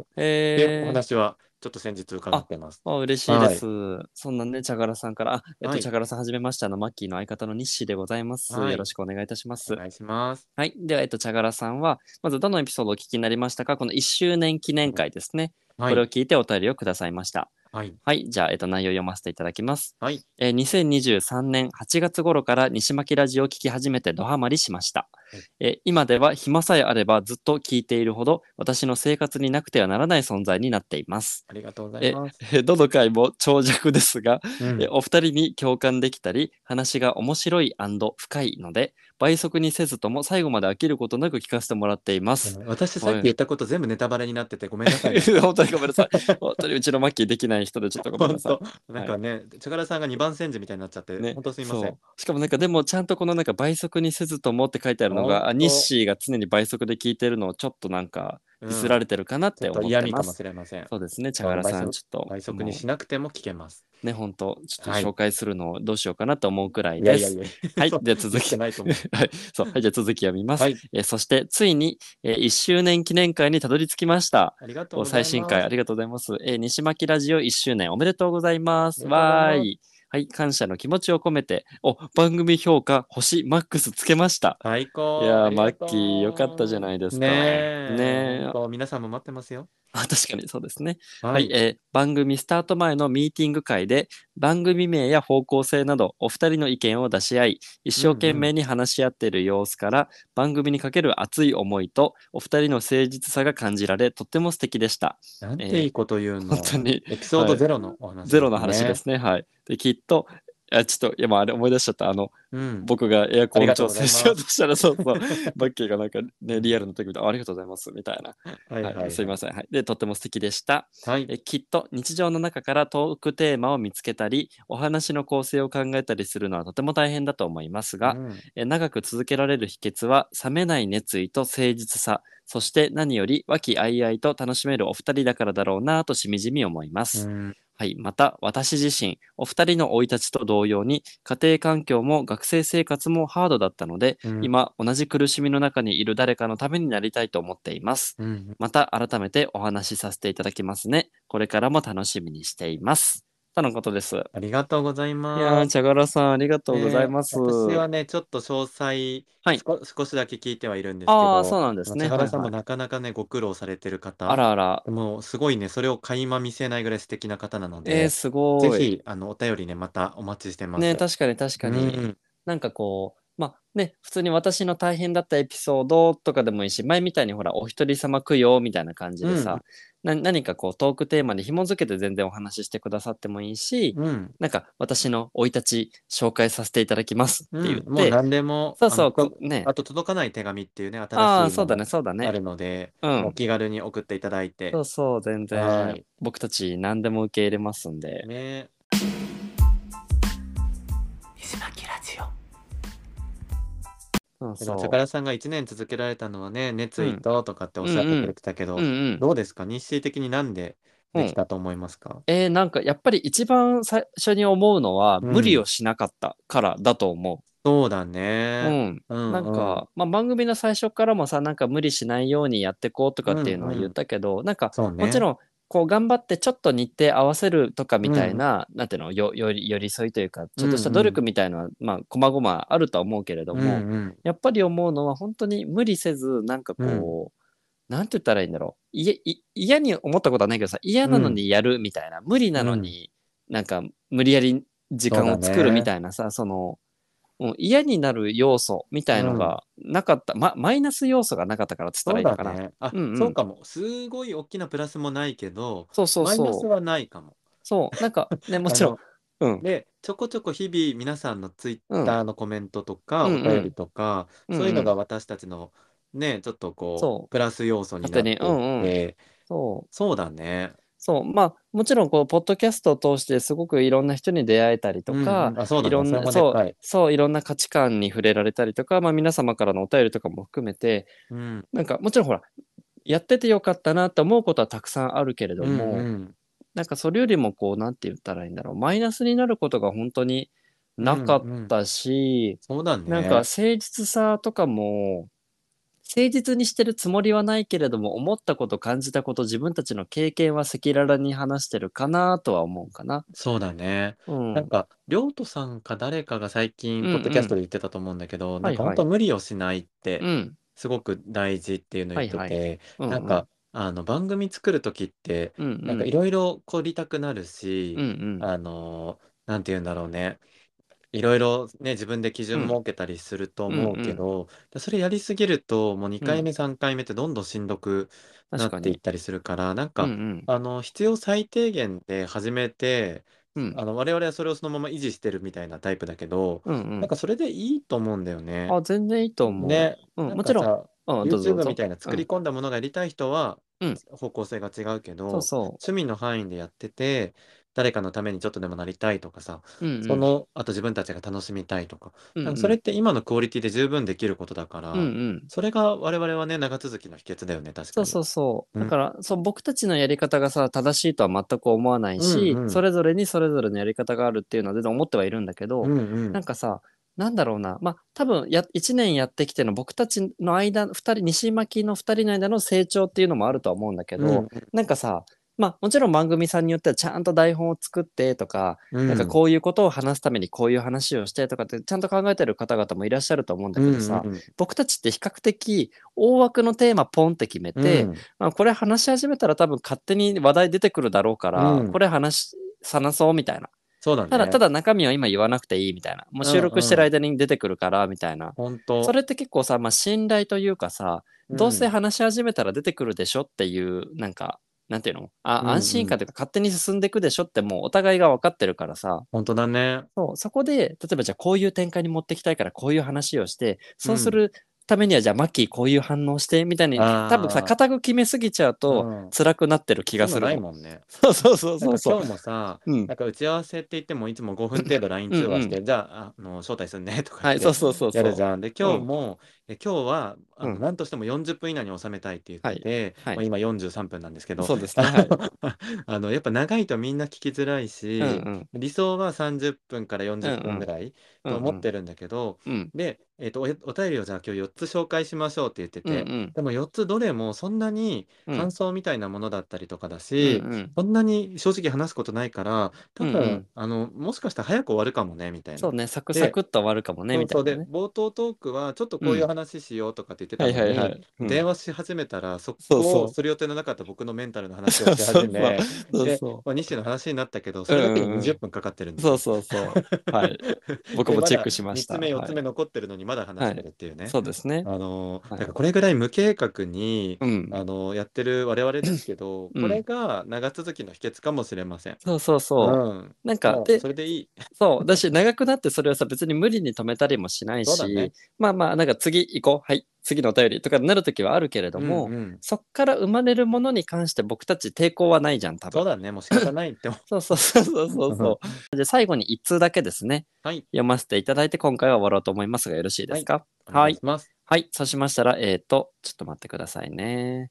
[SPEAKER 4] で、お
[SPEAKER 3] えー、
[SPEAKER 4] 話はちょっと先日伺ってます。
[SPEAKER 3] あ嬉しいです。そんなね、チャガラさんから、あえっ
[SPEAKER 4] は
[SPEAKER 3] と、
[SPEAKER 4] い
[SPEAKER 3] チャガラさんはじめまして、あの、マッキーの相方の日誌でございます。
[SPEAKER 4] はい
[SPEAKER 3] よろしくお願いいたします
[SPEAKER 4] お。願いします。
[SPEAKER 3] はい。では、えっと、チャガラさんは、まずどのエピソードをお聞きになりましたかこの1周年記念会ですね。
[SPEAKER 4] は
[SPEAKER 3] これを
[SPEAKER 4] い。
[SPEAKER 3] 聞いてお便りをくださいました。
[SPEAKER 4] はい。
[SPEAKER 3] はい。じゃあ、えっと、内容を読ませていただきます。
[SPEAKER 4] はい。
[SPEAKER 3] えー2023年8月頃から西巻ラジオを聞き始めてドハマりしました、えー今では暇さえあればずっと聞いているほど私の生活になくてはならない存在になっています
[SPEAKER 4] ありがとうございます。
[SPEAKER 3] えーどの回も長尺ですが、
[SPEAKER 4] うん
[SPEAKER 3] えーお二人に共感できたり話が面白い深いので倍速にせずとも最後まで飽きることなく聞かせてもらっています、
[SPEAKER 4] 私さっき言ったこと全部ネタバレになっててごめんな
[SPEAKER 3] (laughs)
[SPEAKER 4] さいね。
[SPEAKER 3] 本当にごめんなさい本当にうちのマッキーできない人でちょっとごめん
[SPEAKER 4] 本
[SPEAKER 3] なさい
[SPEAKER 4] 当 (laughs) なんかね、チャガラさんが2番煎じみたいになっちゃって、
[SPEAKER 3] ね
[SPEAKER 4] 本当すいませ
[SPEAKER 3] そ
[SPEAKER 4] ん
[SPEAKER 3] う。しかもなんかでもちゃんとこのなんか倍速にせずともって書いてあるのが
[SPEAKER 4] 本
[SPEAKER 3] あ
[SPEAKER 4] 当
[SPEAKER 3] 日誌が常に倍速で聞いてるのをちょっとなんか
[SPEAKER 4] う
[SPEAKER 3] デ
[SPEAKER 4] ん
[SPEAKER 3] ィスられてるかなっ
[SPEAKER 4] ち
[SPEAKER 3] て
[SPEAKER 4] ょっ
[SPEAKER 3] 思
[SPEAKER 4] と
[SPEAKER 3] っ
[SPEAKER 4] 嫌
[SPEAKER 3] て
[SPEAKER 4] 味
[SPEAKER 3] ま
[SPEAKER 4] かも
[SPEAKER 3] す。
[SPEAKER 4] しれません。
[SPEAKER 3] そうですね、茶柄さ
[SPEAKER 4] 倍
[SPEAKER 3] ん、
[SPEAKER 4] 速
[SPEAKER 3] ちょっと。
[SPEAKER 4] 倍速にし
[SPEAKER 3] も
[SPEAKER 4] なくても聞けます。
[SPEAKER 3] うね、本当ちょっと
[SPEAKER 4] はい
[SPEAKER 3] 紹介するのをどうしようかなと思うくらい
[SPEAKER 4] いや
[SPEAKER 3] で
[SPEAKER 4] いやい
[SPEAKER 3] す。
[SPEAKER 4] や。
[SPEAKER 3] はい
[SPEAKER 4] そう
[SPEAKER 3] で続
[SPEAKER 4] (laughs)
[SPEAKER 3] き
[SPEAKER 4] でてないと思う。
[SPEAKER 3] はい、そう、はい、じゃあ続き読みます。
[SPEAKER 4] はい。
[SPEAKER 3] えーそして、ついに、えー1周年記念会にたどり着きました。
[SPEAKER 4] ありがとうござい
[SPEAKER 3] 最
[SPEAKER 4] ます。
[SPEAKER 3] 新回ありがとうございます。えー西巻ラジオ1周年おめでとうございま
[SPEAKER 4] お
[SPEAKER 3] す。
[SPEAKER 4] めでとうございま
[SPEAKER 3] わ
[SPEAKER 4] す
[SPEAKER 3] ーい。はい、感謝の気持ちを込めて、お、番組評価星マックスつけました。
[SPEAKER 4] 最高。
[SPEAKER 3] いやー
[SPEAKER 4] ありがとう
[SPEAKER 3] マッキーよかったじゃないですか
[SPEAKER 4] ねえ。
[SPEAKER 3] ねえ
[SPEAKER 4] 本当皆さんも待ってますよ。
[SPEAKER 3] あ確かにそうですね。
[SPEAKER 4] は
[SPEAKER 3] はい、えー番組スタート前のミーティング会で、番組名や方向性など、お二人の意見を出し合い、一生懸命に話し合っている様子から、番組にかける熱い思いと、お二人の誠実さが感じられ、とっても素敵でした。
[SPEAKER 4] なんていいこと言うの。
[SPEAKER 3] 本当に。
[SPEAKER 4] エピソードゼロのお話、
[SPEAKER 3] ゼロの話で。すね。はい。で、きっと、あちょっと、今、あれ思い出しちゃった。あの、
[SPEAKER 4] うん。
[SPEAKER 3] 僕がエア
[SPEAKER 4] あ
[SPEAKER 3] コ
[SPEAKER 4] り
[SPEAKER 3] ン
[SPEAKER 4] が
[SPEAKER 3] を
[SPEAKER 4] とう
[SPEAKER 3] 調
[SPEAKER 4] ございま
[SPEAKER 3] 整
[SPEAKER 4] す
[SPEAKER 3] しようとしたら、そうそう、 (laughs) バッキーがなんかね、リアルの時みたいな、あありがとうございます、みたいな。
[SPEAKER 4] はいはい、
[SPEAKER 3] はい、すいません。はい。で、とっても素敵でした。
[SPEAKER 4] はい。
[SPEAKER 3] えきっと日常の中からトークテーマを見つけたりお話の構成を考えたりするのはとても大変だと思います
[SPEAKER 4] う
[SPEAKER 3] が、
[SPEAKER 4] ん
[SPEAKER 3] え長く続けられる秘訣は冷めない熱意と誠実さそして何より和気あいあいと楽しめるお二人だからだろうなぁとしみじみ思います、
[SPEAKER 4] うん
[SPEAKER 3] はい。また、私自身、お二人の生い立ちと同様に、家庭環境も学生生活もハードだったので、
[SPEAKER 4] うん
[SPEAKER 3] 今、同じ苦しみの中にいる誰かのためになりたいと思っています。
[SPEAKER 4] うん、
[SPEAKER 3] また、改めてお話しさせていただきますね。これからも楽しみにしています。とのことです。い
[SPEAKER 4] ありがとうございます。
[SPEAKER 3] やー、茶柄さん、ありがとう
[SPEAKER 4] ね
[SPEAKER 3] ございます。
[SPEAKER 4] 私はね、ちょっと詳細、
[SPEAKER 3] はい
[SPEAKER 4] 少少しだけ聞いてはいるんですけど、
[SPEAKER 3] ああ、そうなんですね。
[SPEAKER 4] 千原さんも
[SPEAKER 3] はいはい
[SPEAKER 4] なかなかね、ご苦労されてる方、
[SPEAKER 3] あらあら。
[SPEAKER 4] もうすごいね、それを垣間見せないぐらい素敵な方なの
[SPEAKER 3] え
[SPEAKER 4] で、
[SPEAKER 3] ー、すご
[SPEAKER 4] ぜ
[SPEAKER 3] い。
[SPEAKER 4] ひあのお便りね、またお待ちしてます。
[SPEAKER 3] ね、確かに確かに。
[SPEAKER 4] うん
[SPEAKER 3] なんかこう、まあね、普通に私の大変だったエピソードとかでもいいし、前みたいにほら、お一人様供養みたいな感じでさ、な何かこうトークテーマに紐づけて全然お話ししてくださってもいいし、
[SPEAKER 4] うん
[SPEAKER 3] なんか私の生い立ち紹介させていただきますって
[SPEAKER 4] うん
[SPEAKER 3] 言って、
[SPEAKER 4] もう何でも、
[SPEAKER 3] そうそ
[SPEAKER 4] あ
[SPEAKER 3] う、
[SPEAKER 4] の
[SPEAKER 3] ことね
[SPEAKER 4] あ、と届かない手紙っていうね、新しい
[SPEAKER 3] ああ、
[SPEAKER 4] の
[SPEAKER 3] そうだね、そうだ
[SPEAKER 4] あ
[SPEAKER 3] ね。
[SPEAKER 4] るので、
[SPEAKER 3] う
[SPEAKER 4] お
[SPEAKER 3] ん。
[SPEAKER 4] 気軽に送っていただいて
[SPEAKER 3] そ。うそう、全
[SPEAKER 4] は
[SPEAKER 3] 然
[SPEAKER 4] い。
[SPEAKER 3] 僕たち何でも受け入れますんで。
[SPEAKER 4] ね、
[SPEAKER 2] 水巻ラジオ
[SPEAKER 3] そう
[SPEAKER 4] で
[SPEAKER 3] そ
[SPEAKER 4] も
[SPEAKER 3] う。
[SPEAKER 4] 茶からさんが1年続けられたのはね、熱意ととかっておっしゃってくれてたけど
[SPEAKER 3] うん、うん。
[SPEAKER 4] どうですか日誌的になんでできたと思いますか、
[SPEAKER 3] えーなんかやっぱり一番最初に思うのは、
[SPEAKER 4] うん
[SPEAKER 3] 無理をしなかったからだと思
[SPEAKER 4] そうだ
[SPEAKER 3] う。
[SPEAKER 4] ね。
[SPEAKER 3] うん
[SPEAKER 4] うん
[SPEAKER 3] なんか、まあ、番組の最初からもさなんか無理しないようにやってこうとかっていうのは言ったけど、なんか
[SPEAKER 4] うん、そうね。
[SPEAKER 3] もちろんこう頑張ってちょっと日程合わせるとかみたいな、なんていうのよより寄り添いというかちょっとした努力みたいなのは、まあこまごまあるとは思うけれども、
[SPEAKER 4] うんうん
[SPEAKER 3] やっぱり思うのは本当に無理せずなんかこう、なんて言ったらいいんだろういえい嫌に思ったことはないけどさ嫌なのにやるみたいな、無理なのになんか無理やり時間を
[SPEAKER 4] そう
[SPEAKER 3] 作
[SPEAKER 4] だ
[SPEAKER 3] る
[SPEAKER 4] ね
[SPEAKER 3] みたいなさそ,、のうん嫌になる要素みたいのがなかった、ま、マイナス要素がなかったからって
[SPEAKER 4] そ
[SPEAKER 3] 言
[SPEAKER 4] う
[SPEAKER 3] ったらいい
[SPEAKER 4] だ
[SPEAKER 3] のかなそう,、
[SPEAKER 4] ね。あ、
[SPEAKER 3] うんうん
[SPEAKER 4] そうかも。すごい大きなプラスもないけど、
[SPEAKER 3] そうそう
[SPEAKER 4] マイナス
[SPEAKER 3] そう
[SPEAKER 4] はないかも。
[SPEAKER 3] なんか
[SPEAKER 4] (laughs)
[SPEAKER 3] ねもちろんう
[SPEAKER 4] あの
[SPEAKER 3] ん
[SPEAKER 4] で、ちょこちょこ日々皆さんのツイッターのコメントとか、
[SPEAKER 3] うん
[SPEAKER 4] お便りとか、
[SPEAKER 3] うんうん
[SPEAKER 4] そういうのが私たちのね、ちょっとこ、
[SPEAKER 3] そうう
[SPEAKER 4] プラス要素になっていて、
[SPEAKER 3] 勝手にうんうそう
[SPEAKER 4] そうだね。
[SPEAKER 3] そうまあもちろんこうポッドキャストを通してすごくいろんな人に出会えたりとか、
[SPEAKER 4] うんうんあそうだね
[SPEAKER 3] いろん
[SPEAKER 4] それも
[SPEAKER 3] な
[SPEAKER 4] で
[SPEAKER 3] そ
[SPEAKER 4] か
[SPEAKER 3] う
[SPEAKER 4] い
[SPEAKER 3] そういろんな価値観に触れられたりとか、まあ、皆様からのお便りとかも含めて
[SPEAKER 4] うん。
[SPEAKER 3] なんかもちろんほらやっててよかったなと思うことはたくさんあるけれども、
[SPEAKER 4] うんうん
[SPEAKER 3] なんかそれよりもこうなんて言ったらいいんだろうマイナスになることが本当になかったし、
[SPEAKER 4] そうだね。
[SPEAKER 3] なんか誠実さとかも誠実にしてるつもりはないけれども思ったこと感じたこと自分たちの経験は赤裸々に話してるかなとは思うかな。
[SPEAKER 4] そうだね。
[SPEAKER 3] うん、
[SPEAKER 4] なんか、りょうとさんか誰かが最近、
[SPEAKER 3] うんう
[SPEAKER 4] ポ
[SPEAKER 3] ん
[SPEAKER 4] ッドキャストで言ってたと思うんだけど、なんか
[SPEAKER 3] はいは
[SPEAKER 4] 本
[SPEAKER 3] い
[SPEAKER 4] 当無理をしないって
[SPEAKER 3] う、ん
[SPEAKER 4] すごく大事っていうのを言って
[SPEAKER 3] はい
[SPEAKER 4] て、
[SPEAKER 3] う
[SPEAKER 4] なんか、あの、番組作るときって、
[SPEAKER 3] うんうん、
[SPEAKER 4] なんかいろいろ凝りたくなるし
[SPEAKER 3] うん、うん
[SPEAKER 4] あの、なんて言うんだろうね。いろいろね、自分で基準設けたりすると思うけど、それやりすぎると、もう2回目、3回目ってどんどんしんどくな
[SPEAKER 3] 確
[SPEAKER 4] っ
[SPEAKER 3] か
[SPEAKER 4] ていっ
[SPEAKER 3] に。
[SPEAKER 4] たりするから、なん
[SPEAKER 3] うんう
[SPEAKER 4] か、
[SPEAKER 3] ん
[SPEAKER 4] あの、必要最低限で始めて、
[SPEAKER 3] うん
[SPEAKER 4] あの我々はそれをそのまま維持してるみたいなタイプだけど、
[SPEAKER 3] うんう
[SPEAKER 4] なん
[SPEAKER 3] ん
[SPEAKER 4] かそれでいいと思うんだよね。
[SPEAKER 3] あ全然いいと思う。
[SPEAKER 4] ね、
[SPEAKER 3] うん、
[SPEAKER 4] なん
[SPEAKER 3] も
[SPEAKER 4] か
[SPEAKER 3] ちろん、
[SPEAKER 4] さ
[SPEAKER 3] うん、どうぞどう
[SPEAKER 4] YouTube
[SPEAKER 3] ぞ
[SPEAKER 4] みたいな作り込んだものがやりたい人は
[SPEAKER 3] うん
[SPEAKER 4] 方向性が違うけ
[SPEAKER 3] うんそ
[SPEAKER 4] ど、
[SPEAKER 3] うそ
[SPEAKER 4] 趣味の範囲でやってて、誰かのためにちょっとでもなりたいとかさ、
[SPEAKER 3] う。うんうん、
[SPEAKER 4] その、あと自分たちが楽しみたいとか、
[SPEAKER 3] うんうん、
[SPEAKER 4] なんかそれって今のクオリティで十分できることだから、
[SPEAKER 3] うんうん、
[SPEAKER 4] それが我々はね、長続きの秘訣だよね、確か
[SPEAKER 3] そ
[SPEAKER 4] に。
[SPEAKER 3] うそうそう。
[SPEAKER 4] うん
[SPEAKER 3] だから、そう僕たちのやり方がさ正しいとは全く思わないし、
[SPEAKER 4] うんうん
[SPEAKER 3] それぞれにそれぞれのやり方があるっていうのは全然思ってはいるんだけど、
[SPEAKER 4] うんうん
[SPEAKER 3] なんかさなんだろうなまあ多分や1年やってきての僕たちの間二人西巻の2人の間の成長っていうのもあるとは思うんだけど、
[SPEAKER 4] うん
[SPEAKER 3] なんかさまあもちろん番組さんによってはちゃんと台本を作ってとか、
[SPEAKER 4] うん
[SPEAKER 3] なんかこういうことを話すためにこういう話をしてとかってちゃんと考えてる方々もいらっしゃると思うんだけどさ、
[SPEAKER 4] うんうん
[SPEAKER 3] 僕たちって比較的大枠のテーマポンって決め
[SPEAKER 4] うん
[SPEAKER 3] て、まあ、これ話し始めたら多分勝手に話題出てくるだろうから、
[SPEAKER 4] うん
[SPEAKER 3] これ話し話そうみたいな
[SPEAKER 4] そうだね。
[SPEAKER 3] ただただ中身は今言わなくていいみたいなもう収録してる間に出てくるからみたいな、
[SPEAKER 4] 本当、
[SPEAKER 3] それって結構さ、まあ、信頼というかさどうせ
[SPEAKER 4] ん
[SPEAKER 3] 話し始めたら出てくるでしょっていう、なんか、なんていうのあ、
[SPEAKER 4] うんうん
[SPEAKER 3] 安心感というか、勝手に進んでいくでしょって、もうお互いが分かってるからさ、
[SPEAKER 4] 本当だね。
[SPEAKER 3] そうそこで、例えばじゃあこういう展開に持ってきたいから、こういう話をして、そうするためには、じゃあマッキーこういう反応して、みたいに、
[SPEAKER 4] あー
[SPEAKER 3] 多分さ、固く決めすぎちゃうと、
[SPEAKER 4] うん
[SPEAKER 3] 辛くなってる気が
[SPEAKER 4] そ
[SPEAKER 3] す
[SPEAKER 4] ういうのないも
[SPEAKER 3] る。
[SPEAKER 4] んね。
[SPEAKER 3] そうそうそう
[SPEAKER 4] なん
[SPEAKER 3] そう
[SPEAKER 4] か今
[SPEAKER 3] そう
[SPEAKER 4] 日。もさ、
[SPEAKER 3] うん
[SPEAKER 4] な、んか打ち合わせって言ってもいつも5分程度 LINE 通話して、
[SPEAKER 3] う
[SPEAKER 4] じゃああの招待すんねとか言
[SPEAKER 3] はい、
[SPEAKER 4] って
[SPEAKER 3] そうそうそうそ
[SPEAKER 4] や
[SPEAKER 3] う。
[SPEAKER 4] るじゃん。で今日もで今日は、あの
[SPEAKER 3] うん
[SPEAKER 4] 何としても40分以内に収めたいって言ってて、
[SPEAKER 3] はい
[SPEAKER 4] まあ、今43分なんですけど、
[SPEAKER 3] そうですね。はい。
[SPEAKER 4] (laughs) あのやっぱ長いとみんな聞きづらいし、
[SPEAKER 3] うんうん
[SPEAKER 4] 理想は30分から40
[SPEAKER 3] うんう
[SPEAKER 4] 分
[SPEAKER 3] ん
[SPEAKER 4] ぐらい
[SPEAKER 3] うん
[SPEAKER 4] と思ってるんだけど、
[SPEAKER 3] うん。
[SPEAKER 4] で、えっとおお便りをじゃあ今日4つ紹介しましょうって言って
[SPEAKER 3] うん
[SPEAKER 4] て、
[SPEAKER 3] うん
[SPEAKER 4] でも4つどれもそんなに
[SPEAKER 3] うん
[SPEAKER 4] 感想みたいなものだったりとかだ
[SPEAKER 3] う
[SPEAKER 4] し、
[SPEAKER 3] んうん
[SPEAKER 4] そんなに正直話すことないから、多分、
[SPEAKER 3] うんうん
[SPEAKER 4] あの、もしかしたら早く終わるかもね、みたいな。
[SPEAKER 3] そうね、サクサクっと終わるかもね、みた
[SPEAKER 4] そ
[SPEAKER 3] いう
[SPEAKER 4] そ
[SPEAKER 3] な
[SPEAKER 4] うで
[SPEAKER 3] ね。
[SPEAKER 4] 冒頭トークはちょっとこういう話しようとかって言ってた
[SPEAKER 3] は
[SPEAKER 4] の
[SPEAKER 3] い
[SPEAKER 4] に、
[SPEAKER 3] はいはい。うん
[SPEAKER 4] 電話し始めたらそ
[SPEAKER 3] そうそ
[SPEAKER 4] こ
[SPEAKER 3] う
[SPEAKER 4] をする予定のなかった僕のメンタルの話をし始め、
[SPEAKER 3] そうそう。
[SPEAKER 4] まあ、西の話になったけどそれだけで20分かかってるんです
[SPEAKER 3] そ
[SPEAKER 4] よ
[SPEAKER 3] うそうそう。はい。僕もチェックしました。
[SPEAKER 4] 3つ目4つ目
[SPEAKER 3] は
[SPEAKER 4] 残ってるのにまだ話してるっていうね、
[SPEAKER 3] いそうですね。
[SPEAKER 4] あのー
[SPEAKER 3] はい
[SPEAKER 4] だからこれぐらい無計画に、
[SPEAKER 3] うん。
[SPEAKER 4] あのーやってる我々ですけど、
[SPEAKER 3] うん
[SPEAKER 4] これが長続きの秘訣かもしれません。
[SPEAKER 3] そうそうそ
[SPEAKER 4] う
[SPEAKER 3] う。
[SPEAKER 4] ん、
[SPEAKER 3] なん
[SPEAKER 4] も
[SPEAKER 3] か、
[SPEAKER 4] う
[SPEAKER 3] で
[SPEAKER 4] そ、れでいい。
[SPEAKER 3] そう。だし、長くなってそれはさ、別に無理に止めたりもしない
[SPEAKER 4] そうだね
[SPEAKER 3] し、まあまあ、なんか次行こう。はい。次のお便りとかになるときはあるけれど
[SPEAKER 4] う
[SPEAKER 3] も
[SPEAKER 4] ん、うん
[SPEAKER 3] そっから生まれるものに関して僕たち抵抗はないじゃん、多
[SPEAKER 4] そう
[SPEAKER 3] 分。
[SPEAKER 4] だね、もう仕方ないって思う。
[SPEAKER 3] そうそうそうそうそうそう。で、最後に一通だけですね。
[SPEAKER 4] はい、
[SPEAKER 3] 読ませていただいて、今回は終わろうと思いますが、よろしいですか
[SPEAKER 4] お
[SPEAKER 3] は
[SPEAKER 4] 願
[SPEAKER 3] い
[SPEAKER 4] いし。ます。
[SPEAKER 3] はい、そうしましたら、えっ、と、ちょっと待ってくださいね。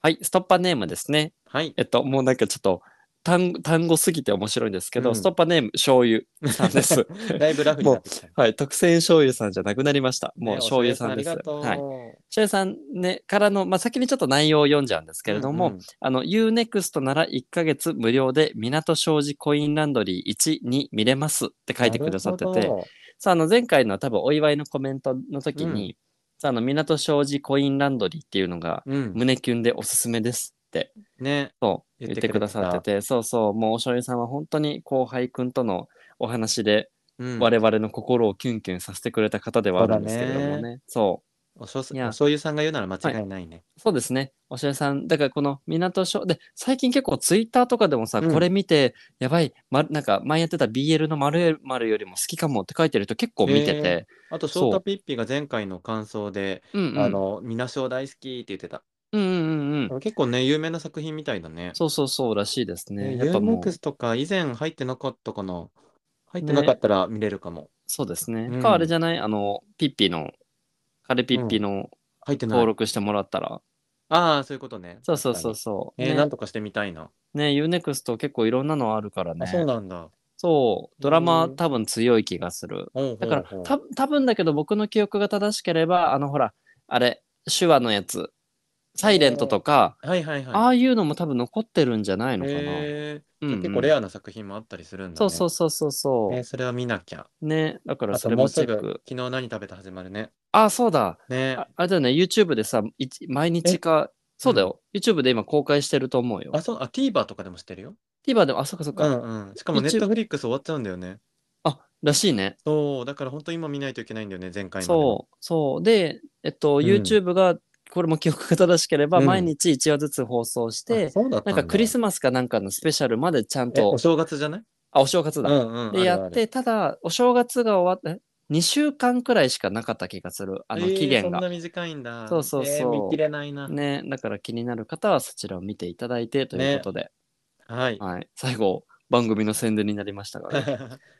[SPEAKER 3] はい、ストッパーネームですね。
[SPEAKER 4] はい。
[SPEAKER 3] えっと、もうなんかちょっと単単語すぎて面白いんですけど、
[SPEAKER 4] うん
[SPEAKER 3] ストッパーネーム、醤油さんです。
[SPEAKER 4] (laughs) だいぶラフになってきた。
[SPEAKER 3] はい、特選醤油さんじゃなくなりました。も
[SPEAKER 4] ね
[SPEAKER 3] う醤油さんです。
[SPEAKER 4] お醤
[SPEAKER 3] は
[SPEAKER 4] 油
[SPEAKER 3] い。
[SPEAKER 4] さ
[SPEAKER 3] 醤油さん、ね、からの、まあ、先にちょっと内容を読んじゃうんですけれども、
[SPEAKER 4] んありがとう。うんうん
[SPEAKER 3] あの、UNEXT なら1ヶ月無料で港商事コインランドリー1、2見れますって書いてくださって
[SPEAKER 4] なる
[SPEAKER 3] て、
[SPEAKER 4] ほど
[SPEAKER 3] さあ、あの前回の多分お祝いのコメントの時に、さあ、あの港商事コインランドリーっていうのが
[SPEAKER 4] うん、
[SPEAKER 3] 胸キュンでおすすめですって、
[SPEAKER 4] ね、
[SPEAKER 3] そう、
[SPEAKER 4] 言
[SPEAKER 3] 言
[SPEAKER 4] っ
[SPEAKER 3] ってて
[SPEAKER 4] くれてた
[SPEAKER 3] くださってて、そうそう、もうお醤油さんは本当に後輩くんとのお話で、
[SPEAKER 4] うん、
[SPEAKER 3] 我々の心をキュンキュンさせてくれた方ではあるんですけれども
[SPEAKER 4] そうだ
[SPEAKER 3] ね。そう。
[SPEAKER 4] おしょうすお
[SPEAKER 3] いや
[SPEAKER 4] 醤油さんが言うなら間違いないね。
[SPEAKER 3] そうですね。おしゃれさん、だからこの港商、で、最近結構ツイッターとかでもさ、
[SPEAKER 4] うん
[SPEAKER 3] これ見て、やばい、ま、なんか前やってた BL の丸々よりも好きかもって書いてる人結構見てて、
[SPEAKER 4] あと、
[SPEAKER 3] そ
[SPEAKER 4] 翔
[SPEAKER 3] う
[SPEAKER 4] 太ピッピが前回の感想で、
[SPEAKER 3] うんうん、
[SPEAKER 4] あの、みなしょ大好きって言ってた。
[SPEAKER 3] うんうんうんうん。
[SPEAKER 4] 結構ね、有名な作品みたいだね。
[SPEAKER 3] そうそうそうらしいです
[SPEAKER 4] ね
[SPEAKER 3] ね。やっぱもう
[SPEAKER 4] UMX とか以前入ってなかったかな。入ってなかったら見れるかも。
[SPEAKER 3] そうですね。
[SPEAKER 4] うん
[SPEAKER 3] か、あれじゃないあの、ピッピの、カレピッピの
[SPEAKER 4] 入ってな
[SPEAKER 3] 登
[SPEAKER 4] い。
[SPEAKER 3] 録してもらったら、
[SPEAKER 4] ああ、そういうことね。
[SPEAKER 3] そうそうそう
[SPEAKER 4] 確か
[SPEAKER 3] そう。
[SPEAKER 4] に。えー
[SPEAKER 3] ね
[SPEAKER 4] なんとかしてみたいな。
[SPEAKER 3] ね、UNEXT 結構いろんなのあるからね。
[SPEAKER 4] あ、そうなんだ。
[SPEAKER 3] そうドラマ
[SPEAKER 4] へー
[SPEAKER 3] 多分強い気がする。
[SPEAKER 4] ほうほうほう
[SPEAKER 3] だから、た多分だけど僕の記憶が正しければ、あのほら、あれ、手話のやつ、サイレントとか、
[SPEAKER 4] はいはいはい。
[SPEAKER 3] ああいうのも多分残ってるんじゃないのかな。
[SPEAKER 4] へー
[SPEAKER 3] うんうん
[SPEAKER 4] 結構レアな作品もあったりするんだね。
[SPEAKER 3] そうそうそうそうそう。
[SPEAKER 4] えーそれは見なきゃ。
[SPEAKER 3] ね、だから
[SPEAKER 4] あ
[SPEAKER 3] そ
[SPEAKER 4] と
[SPEAKER 3] れ
[SPEAKER 4] も
[SPEAKER 3] も
[SPEAKER 4] う
[SPEAKER 3] チ
[SPEAKER 4] す
[SPEAKER 3] ェ
[SPEAKER 4] ぐ
[SPEAKER 3] ック。
[SPEAKER 4] 昨日何食べた始まるね。
[SPEAKER 3] ああ、そうだ。
[SPEAKER 4] ね
[SPEAKER 3] ああれだよね、YouTube でさ、いち毎日か、そうだよ、YouTube で今公開してると思うよ
[SPEAKER 4] あ、。そう、あ、TVer とかでもしてるよ。
[SPEAKER 3] TVer でも、あ、そっかそっ
[SPEAKER 4] う
[SPEAKER 3] か。
[SPEAKER 4] んうん。しかも
[SPEAKER 3] YouTube
[SPEAKER 4] Netflix 終わっちゃうんだよね。
[SPEAKER 3] あ、らしいね。
[SPEAKER 4] そう、だから本当今見ないといけないんだよね、前回までの。
[SPEAKER 3] そう、そう。で、えっと、
[SPEAKER 4] ん
[SPEAKER 3] YouTube が、これも記憶が正しければ、
[SPEAKER 4] うん
[SPEAKER 3] 毎日1話ずつ放送して
[SPEAKER 4] あ、そうだった
[SPEAKER 3] なんん
[SPEAKER 4] だ
[SPEAKER 3] かクリスマスかなんかのスペシャルまでちゃん
[SPEAKER 4] え
[SPEAKER 3] と
[SPEAKER 4] お、正月じゃない
[SPEAKER 3] あ、お正月
[SPEAKER 4] う
[SPEAKER 3] だ。
[SPEAKER 4] んうん。
[SPEAKER 3] で、
[SPEAKER 4] ある
[SPEAKER 3] や
[SPEAKER 4] あ
[SPEAKER 3] っ
[SPEAKER 4] る
[SPEAKER 3] て、ただ、お正月が終わって、2週間くらいしかなかった気がする、あの
[SPEAKER 4] えー
[SPEAKER 3] 期限
[SPEAKER 4] そんな
[SPEAKER 3] が。
[SPEAKER 4] 短いんだ。
[SPEAKER 3] そうそうそう
[SPEAKER 4] えー見切れないな。
[SPEAKER 3] ね、だから気になる方はそちらを見ていただいてということで、
[SPEAKER 4] はい。
[SPEAKER 3] はい、最後、番組の宣伝になりましたが、
[SPEAKER 4] (laughs)
[SPEAKER 3] ね。
[SPEAKER 4] し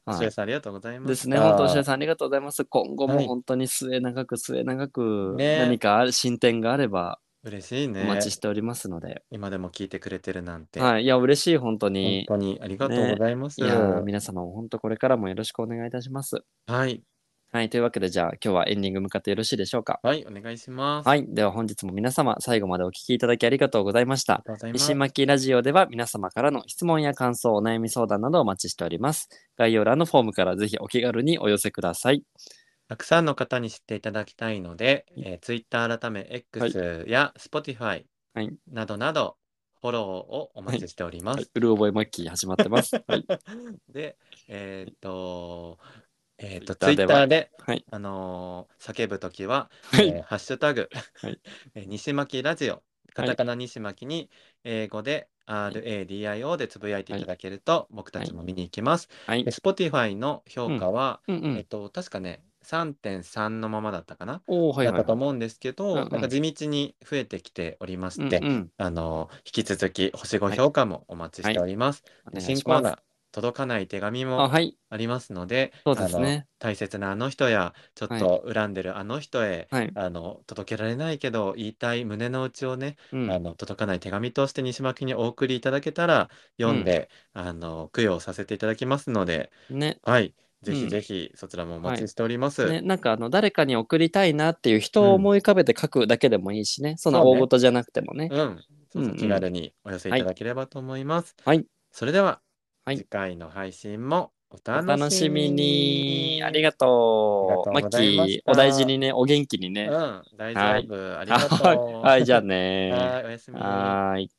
[SPEAKER 3] は
[SPEAKER 4] ゅ
[SPEAKER 3] い、
[SPEAKER 4] うさんありがとうございます。
[SPEAKER 3] ですね、本当、おし
[SPEAKER 4] さ
[SPEAKER 3] さんありがとうございます。今後
[SPEAKER 4] は
[SPEAKER 3] も
[SPEAKER 4] い
[SPEAKER 3] 本当に末永く末永く、
[SPEAKER 4] ね
[SPEAKER 3] 何かある進展があれば
[SPEAKER 4] ん。嬉しい
[SPEAKER 3] お
[SPEAKER 4] ね。
[SPEAKER 3] 待ちしておりますので、
[SPEAKER 4] 今でも聞いてくれてるなんて。
[SPEAKER 3] はい、いや、嬉しい、本当
[SPEAKER 4] 本
[SPEAKER 3] に。
[SPEAKER 4] 当にありがとうございます。
[SPEAKER 3] いや、皆様も本当これからもよろしくお願いいたします。
[SPEAKER 4] はい。
[SPEAKER 3] はい、というわけで、じゃあ今日はエンディング向かってよろしいでしょうか。
[SPEAKER 4] はい、お願いします。あ
[SPEAKER 3] はい、では本日も皆様、最後までお聞きいただきありがとうございました
[SPEAKER 4] り。がとうございます。
[SPEAKER 3] 石巻ラジオでは皆様からの質問や感想、お悩み相談などお待ちしております。概要欄のフォームからぜひお気軽にお寄せください。
[SPEAKER 4] たくさんの方に知っていただきたいので、えー、Twitter 改め X や Spotify
[SPEAKER 3] はい
[SPEAKER 4] などなど、フォローをお待ちしておりま
[SPEAKER 3] はい
[SPEAKER 4] す。、
[SPEAKER 3] うる覚えマッキー始まっ
[SPEAKER 4] (laughs)
[SPEAKER 3] てます。はい、
[SPEAKER 4] で、えーっと、えーっと、
[SPEAKER 3] Twitter では
[SPEAKER 4] Twitter で、
[SPEAKER 3] はい
[SPEAKER 4] あのー叫ぶときは、
[SPEAKER 3] はい
[SPEAKER 4] えーハッシュタグ、
[SPEAKER 3] はい
[SPEAKER 4] (laughs) えー西巻ラジオ、カタカナ西巻に、英語で RADIO でつぶやいていただけると、僕たちも見に行きます。
[SPEAKER 3] はい
[SPEAKER 4] で、Spotify の評価は、
[SPEAKER 3] うんう
[SPEAKER 4] えっ
[SPEAKER 3] ん。
[SPEAKER 4] と、確かね、3.3のままだったかな、
[SPEAKER 3] おおはいは
[SPEAKER 4] だっ
[SPEAKER 3] い
[SPEAKER 4] たと
[SPEAKER 3] はい。
[SPEAKER 4] 思うんですけど、
[SPEAKER 3] うんうん
[SPEAKER 4] なんか地道に増えてきておりま
[SPEAKER 3] う
[SPEAKER 4] し
[SPEAKER 3] ん
[SPEAKER 4] て、
[SPEAKER 3] うん、
[SPEAKER 4] あの引き続き星5評価もお待ちしております。
[SPEAKER 3] お願いし
[SPEAKER 4] 新コ
[SPEAKER 3] ま
[SPEAKER 4] ー
[SPEAKER 3] す
[SPEAKER 4] ナー届かない手紙
[SPEAKER 3] あ、
[SPEAKER 4] も
[SPEAKER 3] はい。
[SPEAKER 4] ありますので、
[SPEAKER 3] そうですね
[SPEAKER 4] あの大切なあの人や、ちょっと恨んでるあの人へ、
[SPEAKER 3] はい。
[SPEAKER 4] あの届けられないけど言いたい胸の内をね、
[SPEAKER 3] うん
[SPEAKER 4] あの届かない手紙として西巻にお送りいただけたら読んで、あの供養させていただきますので、
[SPEAKER 3] ね。
[SPEAKER 4] はい、ぜ
[SPEAKER 3] う
[SPEAKER 4] ひ
[SPEAKER 3] ん
[SPEAKER 4] ぜひそちらもお待
[SPEAKER 3] はい
[SPEAKER 4] ちしております。
[SPEAKER 3] ね、なんかあの誰かに送りたいなっていう人を思い浮かべて書くだけでもいいしね、そんな大事じゃなくてもね。
[SPEAKER 4] うん、そうそう
[SPEAKER 3] うん
[SPEAKER 4] うん気軽にお寄せいただければと思います。
[SPEAKER 3] はい
[SPEAKER 4] それでは、
[SPEAKER 3] はい
[SPEAKER 4] 次回の配信もお
[SPEAKER 3] お
[SPEAKER 4] 楽
[SPEAKER 3] 楽し
[SPEAKER 4] しみ
[SPEAKER 3] みに
[SPEAKER 4] に。。
[SPEAKER 3] ありがとう。
[SPEAKER 4] あ
[SPEAKER 3] マ
[SPEAKER 4] りが
[SPEAKER 3] ッ
[SPEAKER 4] と
[SPEAKER 3] キ
[SPEAKER 4] うございまし
[SPEAKER 3] ー、お大事にね、お元気にね。 (laughs)
[SPEAKER 4] うん、大丈夫。ありがとう。
[SPEAKER 3] はい、じゃあね。
[SPEAKER 4] はいおやすみ。
[SPEAKER 3] はーい。